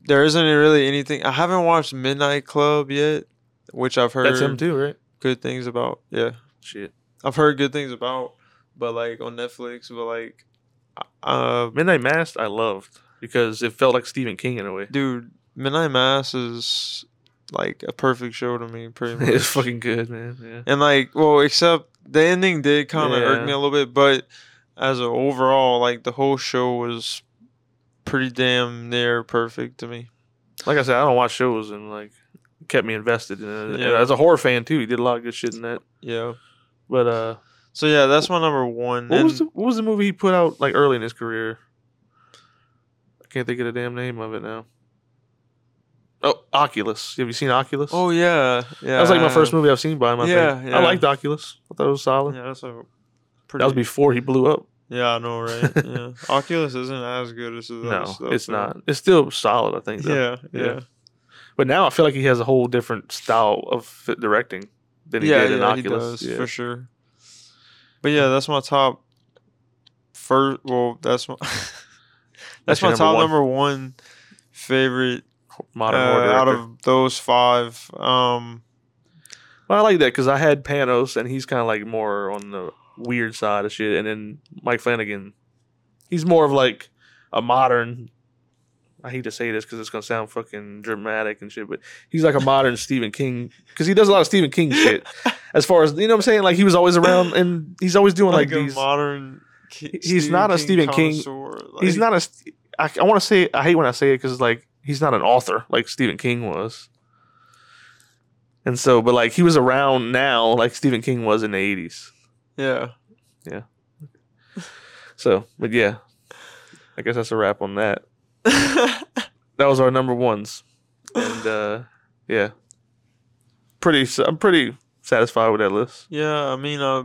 A: there isn't really anything. I haven't watched Midnight Club yet, which I've heard
B: That's him too, right?
A: good things about. Yeah,
B: Shit.
A: I've heard good things about, but like on Netflix, but like, uh,
B: Midnight Mass, I loved because it felt like Stephen King in a way. <laughs>
A: dude, Midnight Mass is like a perfect show to me,
B: <laughs>
A: pretty much.
B: it's fucking good, man. Yeah.
A: And like, well, except the ending did kind of hurt
B: Yeah.
A: me a little bit, but as an overall, like the whole show was pretty damn near perfect to me.
B: Like I said, I don't watch shows and like kept me invested in it.
A: Yeah.
B: As a horror fan too, he did a lot of good shit in that.
A: Yeah.
B: But uh,
A: So yeah, that's my number one.
B: what was
A: And
B: the what was the movie he put out like early in his career? I can't think of the damn name of it now. Oh, Oculus. Have you seen Oculus?
A: oh yeah, yeah.
B: that was like my first
A: I-
B: movie I've seen by him. I
A: Yeah,
B: think.
A: yeah.
B: I liked Oculus. I thought it was solid.
A: Yeah, that's a pretty.
B: that was before he blew up.
A: yeah, I know, right?
B: <laughs>
A: yeah, Oculus isn't as good as his other
B: No,
A: stuff,
B: it's
A: so-
B: not. It's still solid, I think. Though.
A: Yeah,
B: Yeah.
A: yeah, yeah.
B: But now I feel like he has a whole different style of f- directing than he did in
A: yeah,
B: Oculus.
A: does,
B: yeah.
A: for sure. But yeah, that's my top. First, well, that's my <laughs> that's my
B: your
A: top
B: one
A: number one favorite
B: modern
A: uh,
B: horror
A: out
B: director.
A: of those five. Um,
B: Well, I like that because I had Panos, and he's kind of like more on the weird side of shit, and then Mike Flanagan, he's more of like a modern. I hate to say this because it's gonna sound fucking dramatic and shit, but he's like a modern Stephen King because he does a lot of Stephen King shit.
A: <laughs>
B: As far as you know, what I'm saying like he was always around, and he's always doing like,
A: like, a
B: these.
A: modern. Ki-
B: He- he's not a Stephen King-
A: connoisseur,
B: he's
A: like-
B: not a. St- I, I want to say I hate when I say it because like he's not an author like Stephen King was. And so, but like he was around now, like Stephen King was in the eighties.
A: Yeah.
B: So, but yeah, I guess that's a wrap on that. That was our number ones, <laughs> and uh yeah, pretty. s- I'm pretty satisfied with that list.
A: yeah, I mean, uh,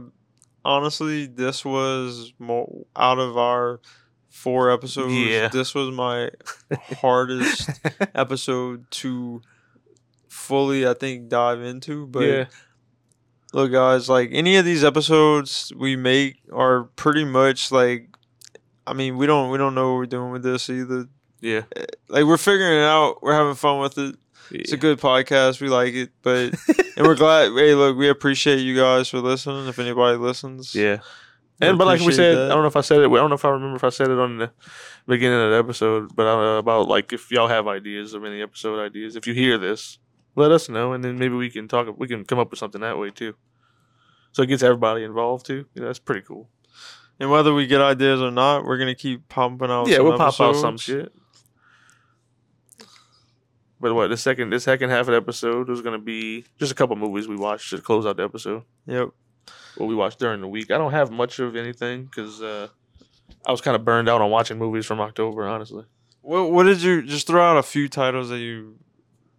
A: honestly, this was more out of our four episodes.
B: Yeah.
A: This was my
B: <laughs>
A: hardest episode to fully, I think, dive into. But
B: yeah,
A: look, guys, like any of these episodes we make are pretty much like, I mean, we don't we don't know what we're doing with this either.
B: yeah,
A: Like we're figuring it out. We're having fun with it. It's a good podcast. We like it,
B: <laughs>
A: but and we're glad. Hey, look, we appreciate you guys for listening. If anybody listens,
B: yeah. And but like we
A: appreciate
B: said,
A: that.
B: I don't know if I said it. I don't know if I remember if I said it on the beginning of the episode, but I don't know about like if y'all have ideas of any episode ideas. If you hear this, let us know, and then maybe we can talk. We can come up with something that way too. So it gets everybody involved too. You know, that's pretty cool.
A: And whether we get ideas or not, we're gonna keep pumping out.
B: yeah,
A: some
B: we'll pop out some
A: episodes.
B: shit. But what the second this second half of the episode was gonna be just a couple movies we watched to close out the episode.
A: Yep.
B: What we watched during the week. I don't have much of anything because uh, I was kind of burned out on watching movies from October. Honestly,
A: What What did you just throw out a few titles that you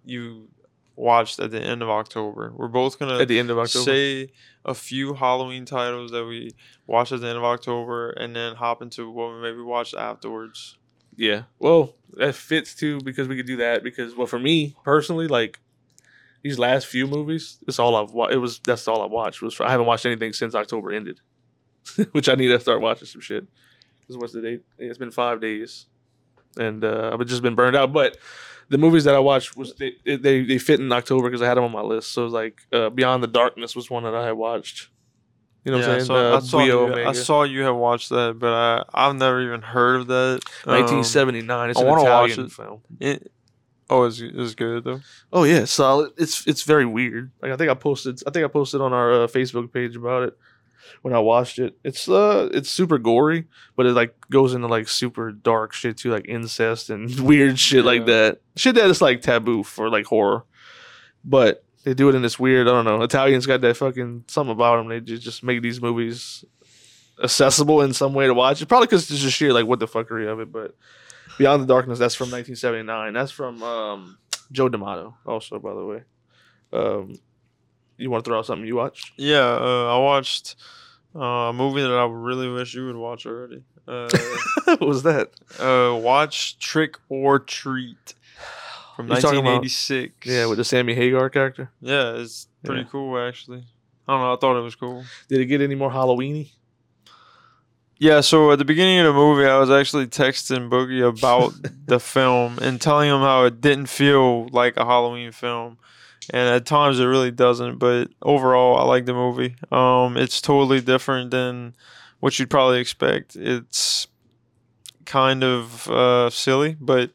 A: you watched at the end of October? We're both gonna
B: at the end of October,
A: say a few Halloween titles that we watched at the end of October, and then hop into what we maybe watched afterwards.
B: yeah. Well, that fits too because we could do that because well, for me personally, like these last few movies, it's all I've wa- it was that's all I watched was I haven't watched anything since October ended, <laughs> which I need to start watching some shit. 'Cause what's the date? It's been five days, and uh, I've just been burned out. But the movies that I watched was they they, they fit in October because I had them on my list. So like uh, Beyond the Darkness was one that I had watched. You know what I'm
A: I
B: saying?
A: saw,
B: Uh,
A: I, saw
B: Leo
A: you,
B: Omega.
A: I saw you had watched that, but I I've never even heard of that. Um,
B: 1979. It's
A: I
B: an
A: wanna watch
B: Italian
A: it.
B: film.
A: it- oh, it's it's good though.
B: Oh yeah, it's solid. It's it's very weird. Like I think I posted, I think I posted on our uh, Facebook page about it when I watched it. It's uh, it's super gory, but it like goes into like super dark shit too, like incest and <laughs> weird shit like
A: Yeah.
B: that. Shit that is like taboo for like horror, but they do it in this weird. I don't know. Italians got that fucking something about them. They ju- just make these movies accessible in some way to watch. It's probably because it's just sheer like what the fuckery of it, but. Beyond the Darkness, that's from 1979. That's from um, Joe D'Amato, also by the way. Um, you want to throw out something you watched?
A: Yeah, uh, I watched uh, a movie that I really wish you would watch already. Uh,
B: <laughs> what was that?
A: Uh, watch Trick or Treat from
B: You're talking about-
A: 1986.
B: Yeah, with the Sammy Hagar character.
A: yeah, it's pretty
B: Yeah.
A: cool actually. I don't know. I thought it was cool.
B: Did it get any more Halloweeny?
A: Yeah, so at the beginning of the movie, I was actually texting Boogie about the film and telling him how it didn't feel like a Halloween film. And at times it really doesn't, but overall, I like the movie. Um, it's totally different than what you'd probably expect. It's kind of uh, silly, but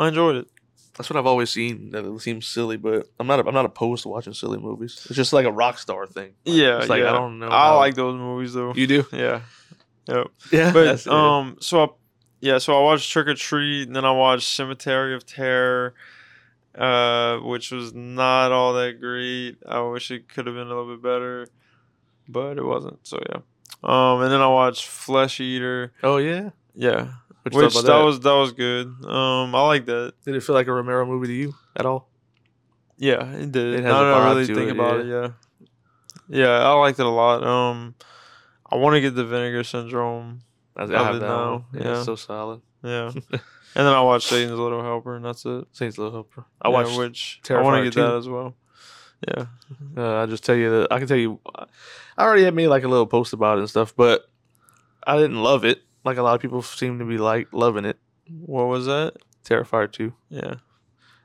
A: I enjoyed it.
B: That's what I've always seen. That it seems silly, but I'm not. I'm not opposed to watching silly movies. It's just like a rock star thing. Like,
A: Yeah,
B: it's like
A: yeah.
B: I don't know.
A: I
B: how-
A: like those movies, though.
B: Oh, you do.
A: Yeah. Yep.
B: <laughs> Yeah,
A: but um, so I, yeah, so I watched Trick or Treat, and then I watched Cemetery of Terror, uh, which was not all that great. I wish it could have been a little bit better, but it wasn't. So yeah, um, and then I watched Flesh Eater.
B: oh yeah.
A: Yeah,
B: What you thought
A: which
B: about
A: that,
B: that?
A: was that was good. Um, I like that.
B: Did it feel like a Romero movie to you at all?
A: Yeah, it did.
B: It has
A: now
B: a
A: that I
B: vibe
A: really
B: to
A: think
B: it,
A: about it, yeah, yeah, I liked it a lot. Um, I want to get the Vinegar Syndrome.
B: I, I
A: I
B: have
A: would
B: that.
A: know,
B: one.
A: yeah.
B: it's so solid. <laughs>
A: Yeah. and then I watched Satan's Little Helper, and that's it.
B: Saints Little Helper. I
A: Yeah,
B: watched.
A: which I want
B: Terrifier
A: to get
B: 2.
A: that as well. Yeah,
B: Uh, I just tell you that I can tell you, I already had made like a little post about it and stuff, but I didn't love it. Like a lot of people seem to be like loving it.
A: what was that?
B: Terrifier too.
A: Yeah,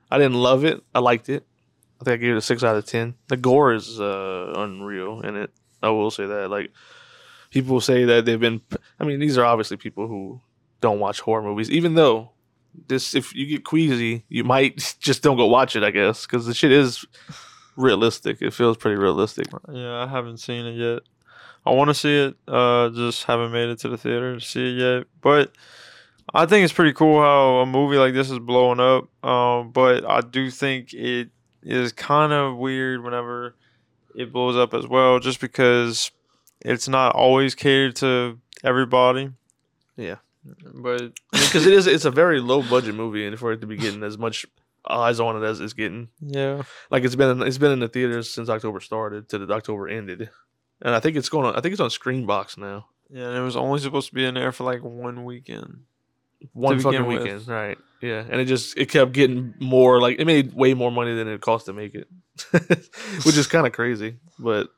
B: I didn't love it. I liked it. I think I gave it a six out of ten. The gore is uh, unreal in it. I will say that. Like people say that they've been. I mean, these are obviously people who don't watch horror movies. Even though this, if you get queasy, you might <laughs> just don't go watch it. I guess because the shit is realistic. It feels pretty realistic.
A: yeah, I haven't seen it yet. I want to see it. Uh, just haven't made it to the theater to see it yet. But I think it's pretty cool how a movie like this is blowing up. Um, but I do think it is kind of weird whenever it blows up as well, just because it's not always catered to everybody.
B: Yeah.
A: but
B: because it is it's a very low budget movie and for it to be getting as much eyes on it as it's getting
A: yeah,
B: like it's been it's been in the theaters since october started to the october ended and i think it's going on i think it's on screenbox now
A: yeah, and it was only supposed to be in there for like one weekend.
B: one
A: begin
B: fucking
A: with.
B: weekend right yeah and it just it kept getting more like it made way more money than it cost to make it <laughs> which
A: <laughs>
B: is kind of crazy but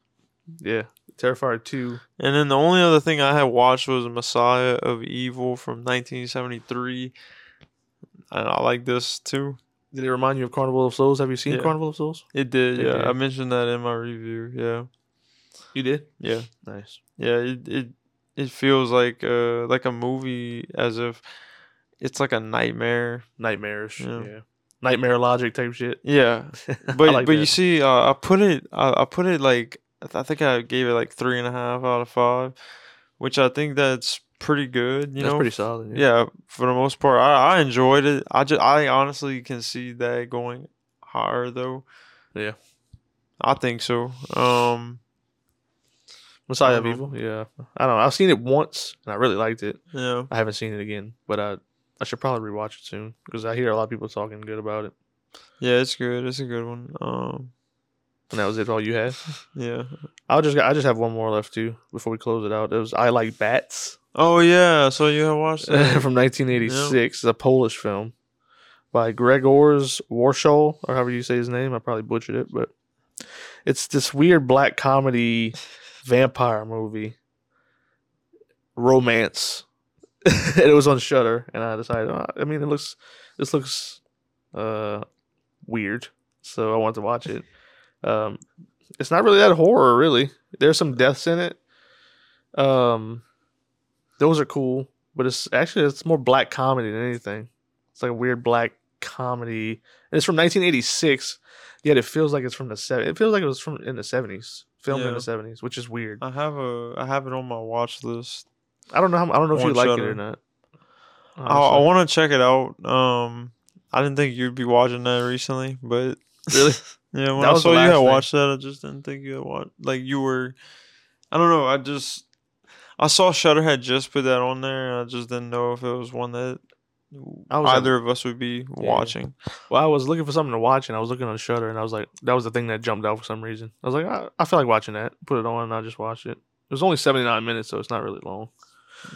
B: yeah terrifier 2
A: And then the only other thing I had watched was Messiah of Evil from 1973. And I like this too.
B: did it remind you of carnival of souls have you seen
A: Yeah.
B: carnival of souls
A: It did,
B: It
A: yeah.
B: did.
A: I mentioned that in my review. Yeah,
B: you did
A: yeah,
B: nice
A: yeah. It it, it feels like uh like a movie as if it's like a nightmare.
B: nightmarish
A: Yeah.
B: yeah, nightmare logic type shit <laughs>
A: Yeah,
B: I
A: but
B: like
A: but
B: that.
A: you see, uh, I put it I, I put it like I, th- I think I gave it like three and a half out of five, which I think that's pretty good. You
B: that's
A: know,
B: pretty solid
A: yeah for the most part i, I enjoyed it i just i honestly can see that going higher though
B: Yeah.
A: i think so um
B: Messiah of
A: Mhm.
B: Evil. Yeah, I don't know. I've seen it once and I really liked it.
A: yeah
B: I haven't seen it again, but I I should probably rewatch it soon because I hear a lot of people talking good about it.
A: yeah it's good it's a good one um
B: And that was it. All you
A: <laughs>
B: had.
A: yeah
B: I'll just I just have one more left too before we close it out. It was I like bats
A: oh yeah so you have watched
B: <laughs> from
A: that
B: 1986. It's a Polish film by Gregorz Warszaw or however you say his name. I probably butchered it, but it's this weird black comedy vampire movie romance <laughs> and it was on shutter and i decided "Oh, i mean it looks this looks uh weird so i wanted to watch it um it's not really that horror really there's some deaths in it um those are cool but it's actually it's more black comedy than anything it's like a weird black comedy and it's from 1986 yet it feels like it's from the 70s it feels like it was from in the 70s filmed in
A: Yeah.
B: the 70s which is weird
A: i have a i have it on my watch list
B: I don't know. How, I don't know if
A: On
B: you like it
A: Shudder.
B: or not.
A: i, I want to check it out um i didn't think you'd be watching that recently but <laughs>
B: really.
A: Yeah, when
B: That
A: I
B: was
A: saw
B: the
A: you
B: last
A: had
B: thing.
A: watched that, I just didn't think you had watched. Like you were, I don't know. I just I saw Shutter had just put that on there, and I just didn't know if it was one that
B: I was
A: either of us would be watching.
B: Well, I was looking for something to watch, and I was looking on Shutter, and I was like, that was the thing that jumped out for some reason. I was like, I, I feel like watching that. Put it on, and I just watched it. It was only seventy nine minutes, so it's not really long.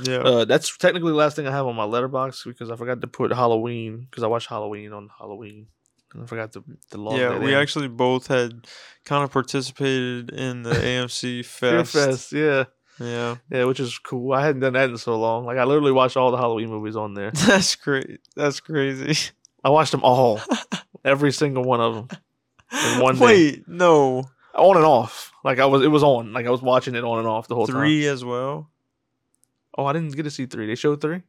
A: Yeah,
B: Uh, that's technically the last thing I have on my letterbox because I forgot to put Halloween because I watched Halloween on Halloween, and I forgot to the log.
A: yeah.
B: that
A: We
B: in.
A: actually both had kind of participated in the AMC
B: <laughs> Fear
A: Fest,
B: Fest, yeah.
A: Yeah, <laughs>
B: Yeah, which is cool. I hadn't done that in so long. Like I literally watched all the Halloween movies on there.
A: that's great. That's crazy.
B: I watched them
A: <laughs>
B: all, every single one of them, In one day.
A: Wait, no,
B: on and off. Like I was, it was on. Like I was watching it on and off the whole time.
A: three as well.
B: Oh, I didn't get to see three. They showed three.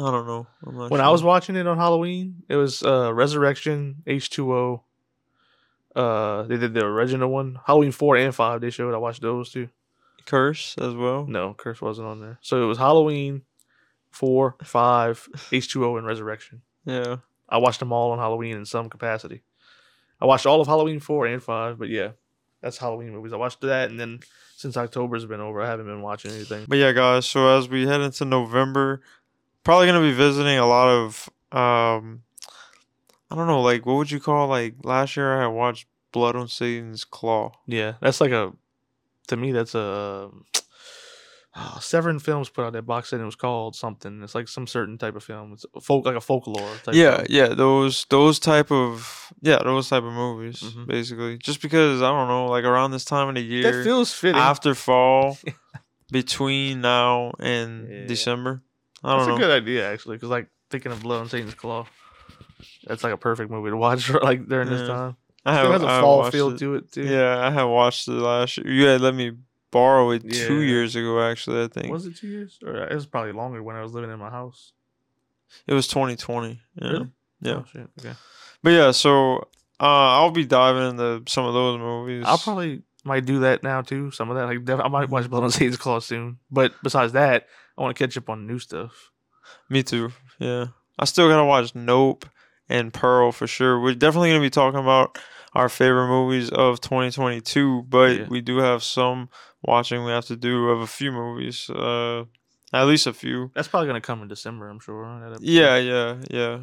A: I don't know. I'm not
B: when I
A: sure.
B: was watching it on Halloween, it was uh Resurrection, H two O. Uh, they did the original one, Halloween four and five. They showed. I watched those too.
A: curse as well.
B: No, Curse wasn't on there. So it was Halloween four, five, H two O, and Resurrection.
A: Yeah,
B: I watched them all on Halloween in some capacity. I watched all of Halloween four and five, but yeah, that's Halloween movies. I watched that, and then since October's been over, I haven't been watching anything.
A: but yeah, guys. So as we head into November, probably gonna be visiting a lot of um, I don't know, like what would you call like last year I had watched Blood on Satan's Claw.
B: Yeah, that's like a to me that's a um, oh, Severin Films put out that box set. And it was called something. It's like some certain type of film. It's a folk like a folklore. Type
A: yeah,
B: film.
A: yeah, those those type of yeah, those type of movies
B: Mhm.
A: basically. Just because I don't know, like around this time of the year,
B: that feels fitting.
A: after <laughs> fall, between now and
B: Yeah.
A: December. I
B: that's
A: don't
B: a
A: know.
B: good idea actually, because like thinking of Blood on Satan's Claw, that's like a perfect movie to watch <laughs> like during
A: Yeah.
B: this time.
A: I
B: It
A: have,
B: has a
A: I
B: fall
A: watched
B: feel
A: it.
B: to it too.
A: Yeah, I had watched it last year. You had let me borrow it two
B: Yeah.
A: years ago. Actually, I think
B: Was it two years? Or uh, it was probably longer when I was living in my house.
A: it was 2020. Yeah,
B: Really?
A: yeah.
B: Oh, shit. Okay.
A: But yeah, so uh, I'll be diving into some of those movies.
B: I'll probably might do that now too. Some of that, like def- I might watch Blood on Satan's Claw soon. But besides that, I want to catch up on new stuff.
A: Me too. Yeah. I still gotta watch Nope and Pearl for sure. We're definitely gonna be talking about our favorite movies of 2022, but
B: Yeah.
A: we do have some watching we have to do of a few movies, uh, at least a few.
B: That's probably gonna come in December, I'm sure. that episode.
A: Yeah, yeah, yeah.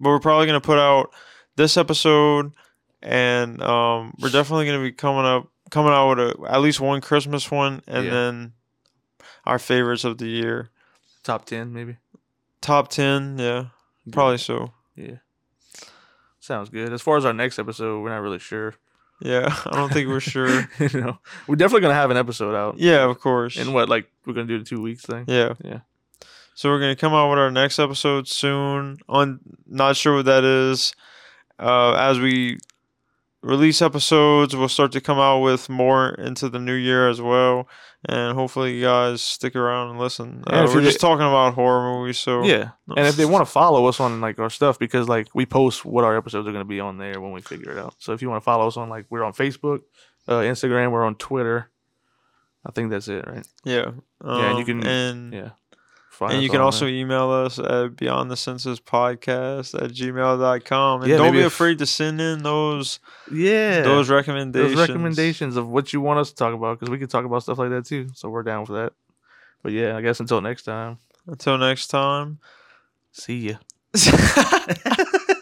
A: But we're probably gonna put out this episode, and um, we're definitely gonna be coming up, coming out with a, at least one Christmas one, and
B: Yeah.
A: then our favorites of the year,
B: top ten maybe.
A: top ten. Yeah, probably so.
B: Yeah, sounds good. As far as our next episode, we're not really sure.
A: Yeah, <laughs> I don't think we're
B: <laughs>
A: sure.
B: you know, we're definitely gonna have an episode out.
A: Yeah, of course.
B: And what like we're gonna do the two weeks thing.
A: yeah.
B: Yeah.
A: So we're gonna come out with our next episode soon. On not sure what that is. Uh, as we release episodes, we'll start to come out with more into the new year as well. And hopefully, you guys stick around and listen.
B: Yeah,
A: Uh,
B: if
A: we're
B: you-
A: just talking about horror movies, so
B: Yeah, and if they want to follow us on like our stuff, because like we post what our episodes are going to be on there when we figure it out. So if you want to follow us on like we're on Facebook, uh, Instagram, we're on Twitter. I think that's it, right?
A: yeah, um,
B: Yeah, and you can-
A: and
B: Yeah. Find
A: and you
B: us
A: can
B: on
A: also
B: there.
A: email us at beyond the senses podcast at gmail.com. And
B: Yeah,
A: don't
B: maybe
A: be
B: if-
A: afraid to send in those
B: yeah
A: those
B: those
A: recommendations.
B: recommendations of what you want us to talk about because we can talk about stuff like that too. So we're down for that. But yeah, I guess until next time,
A: <laughs> Until next time.
B: see ya.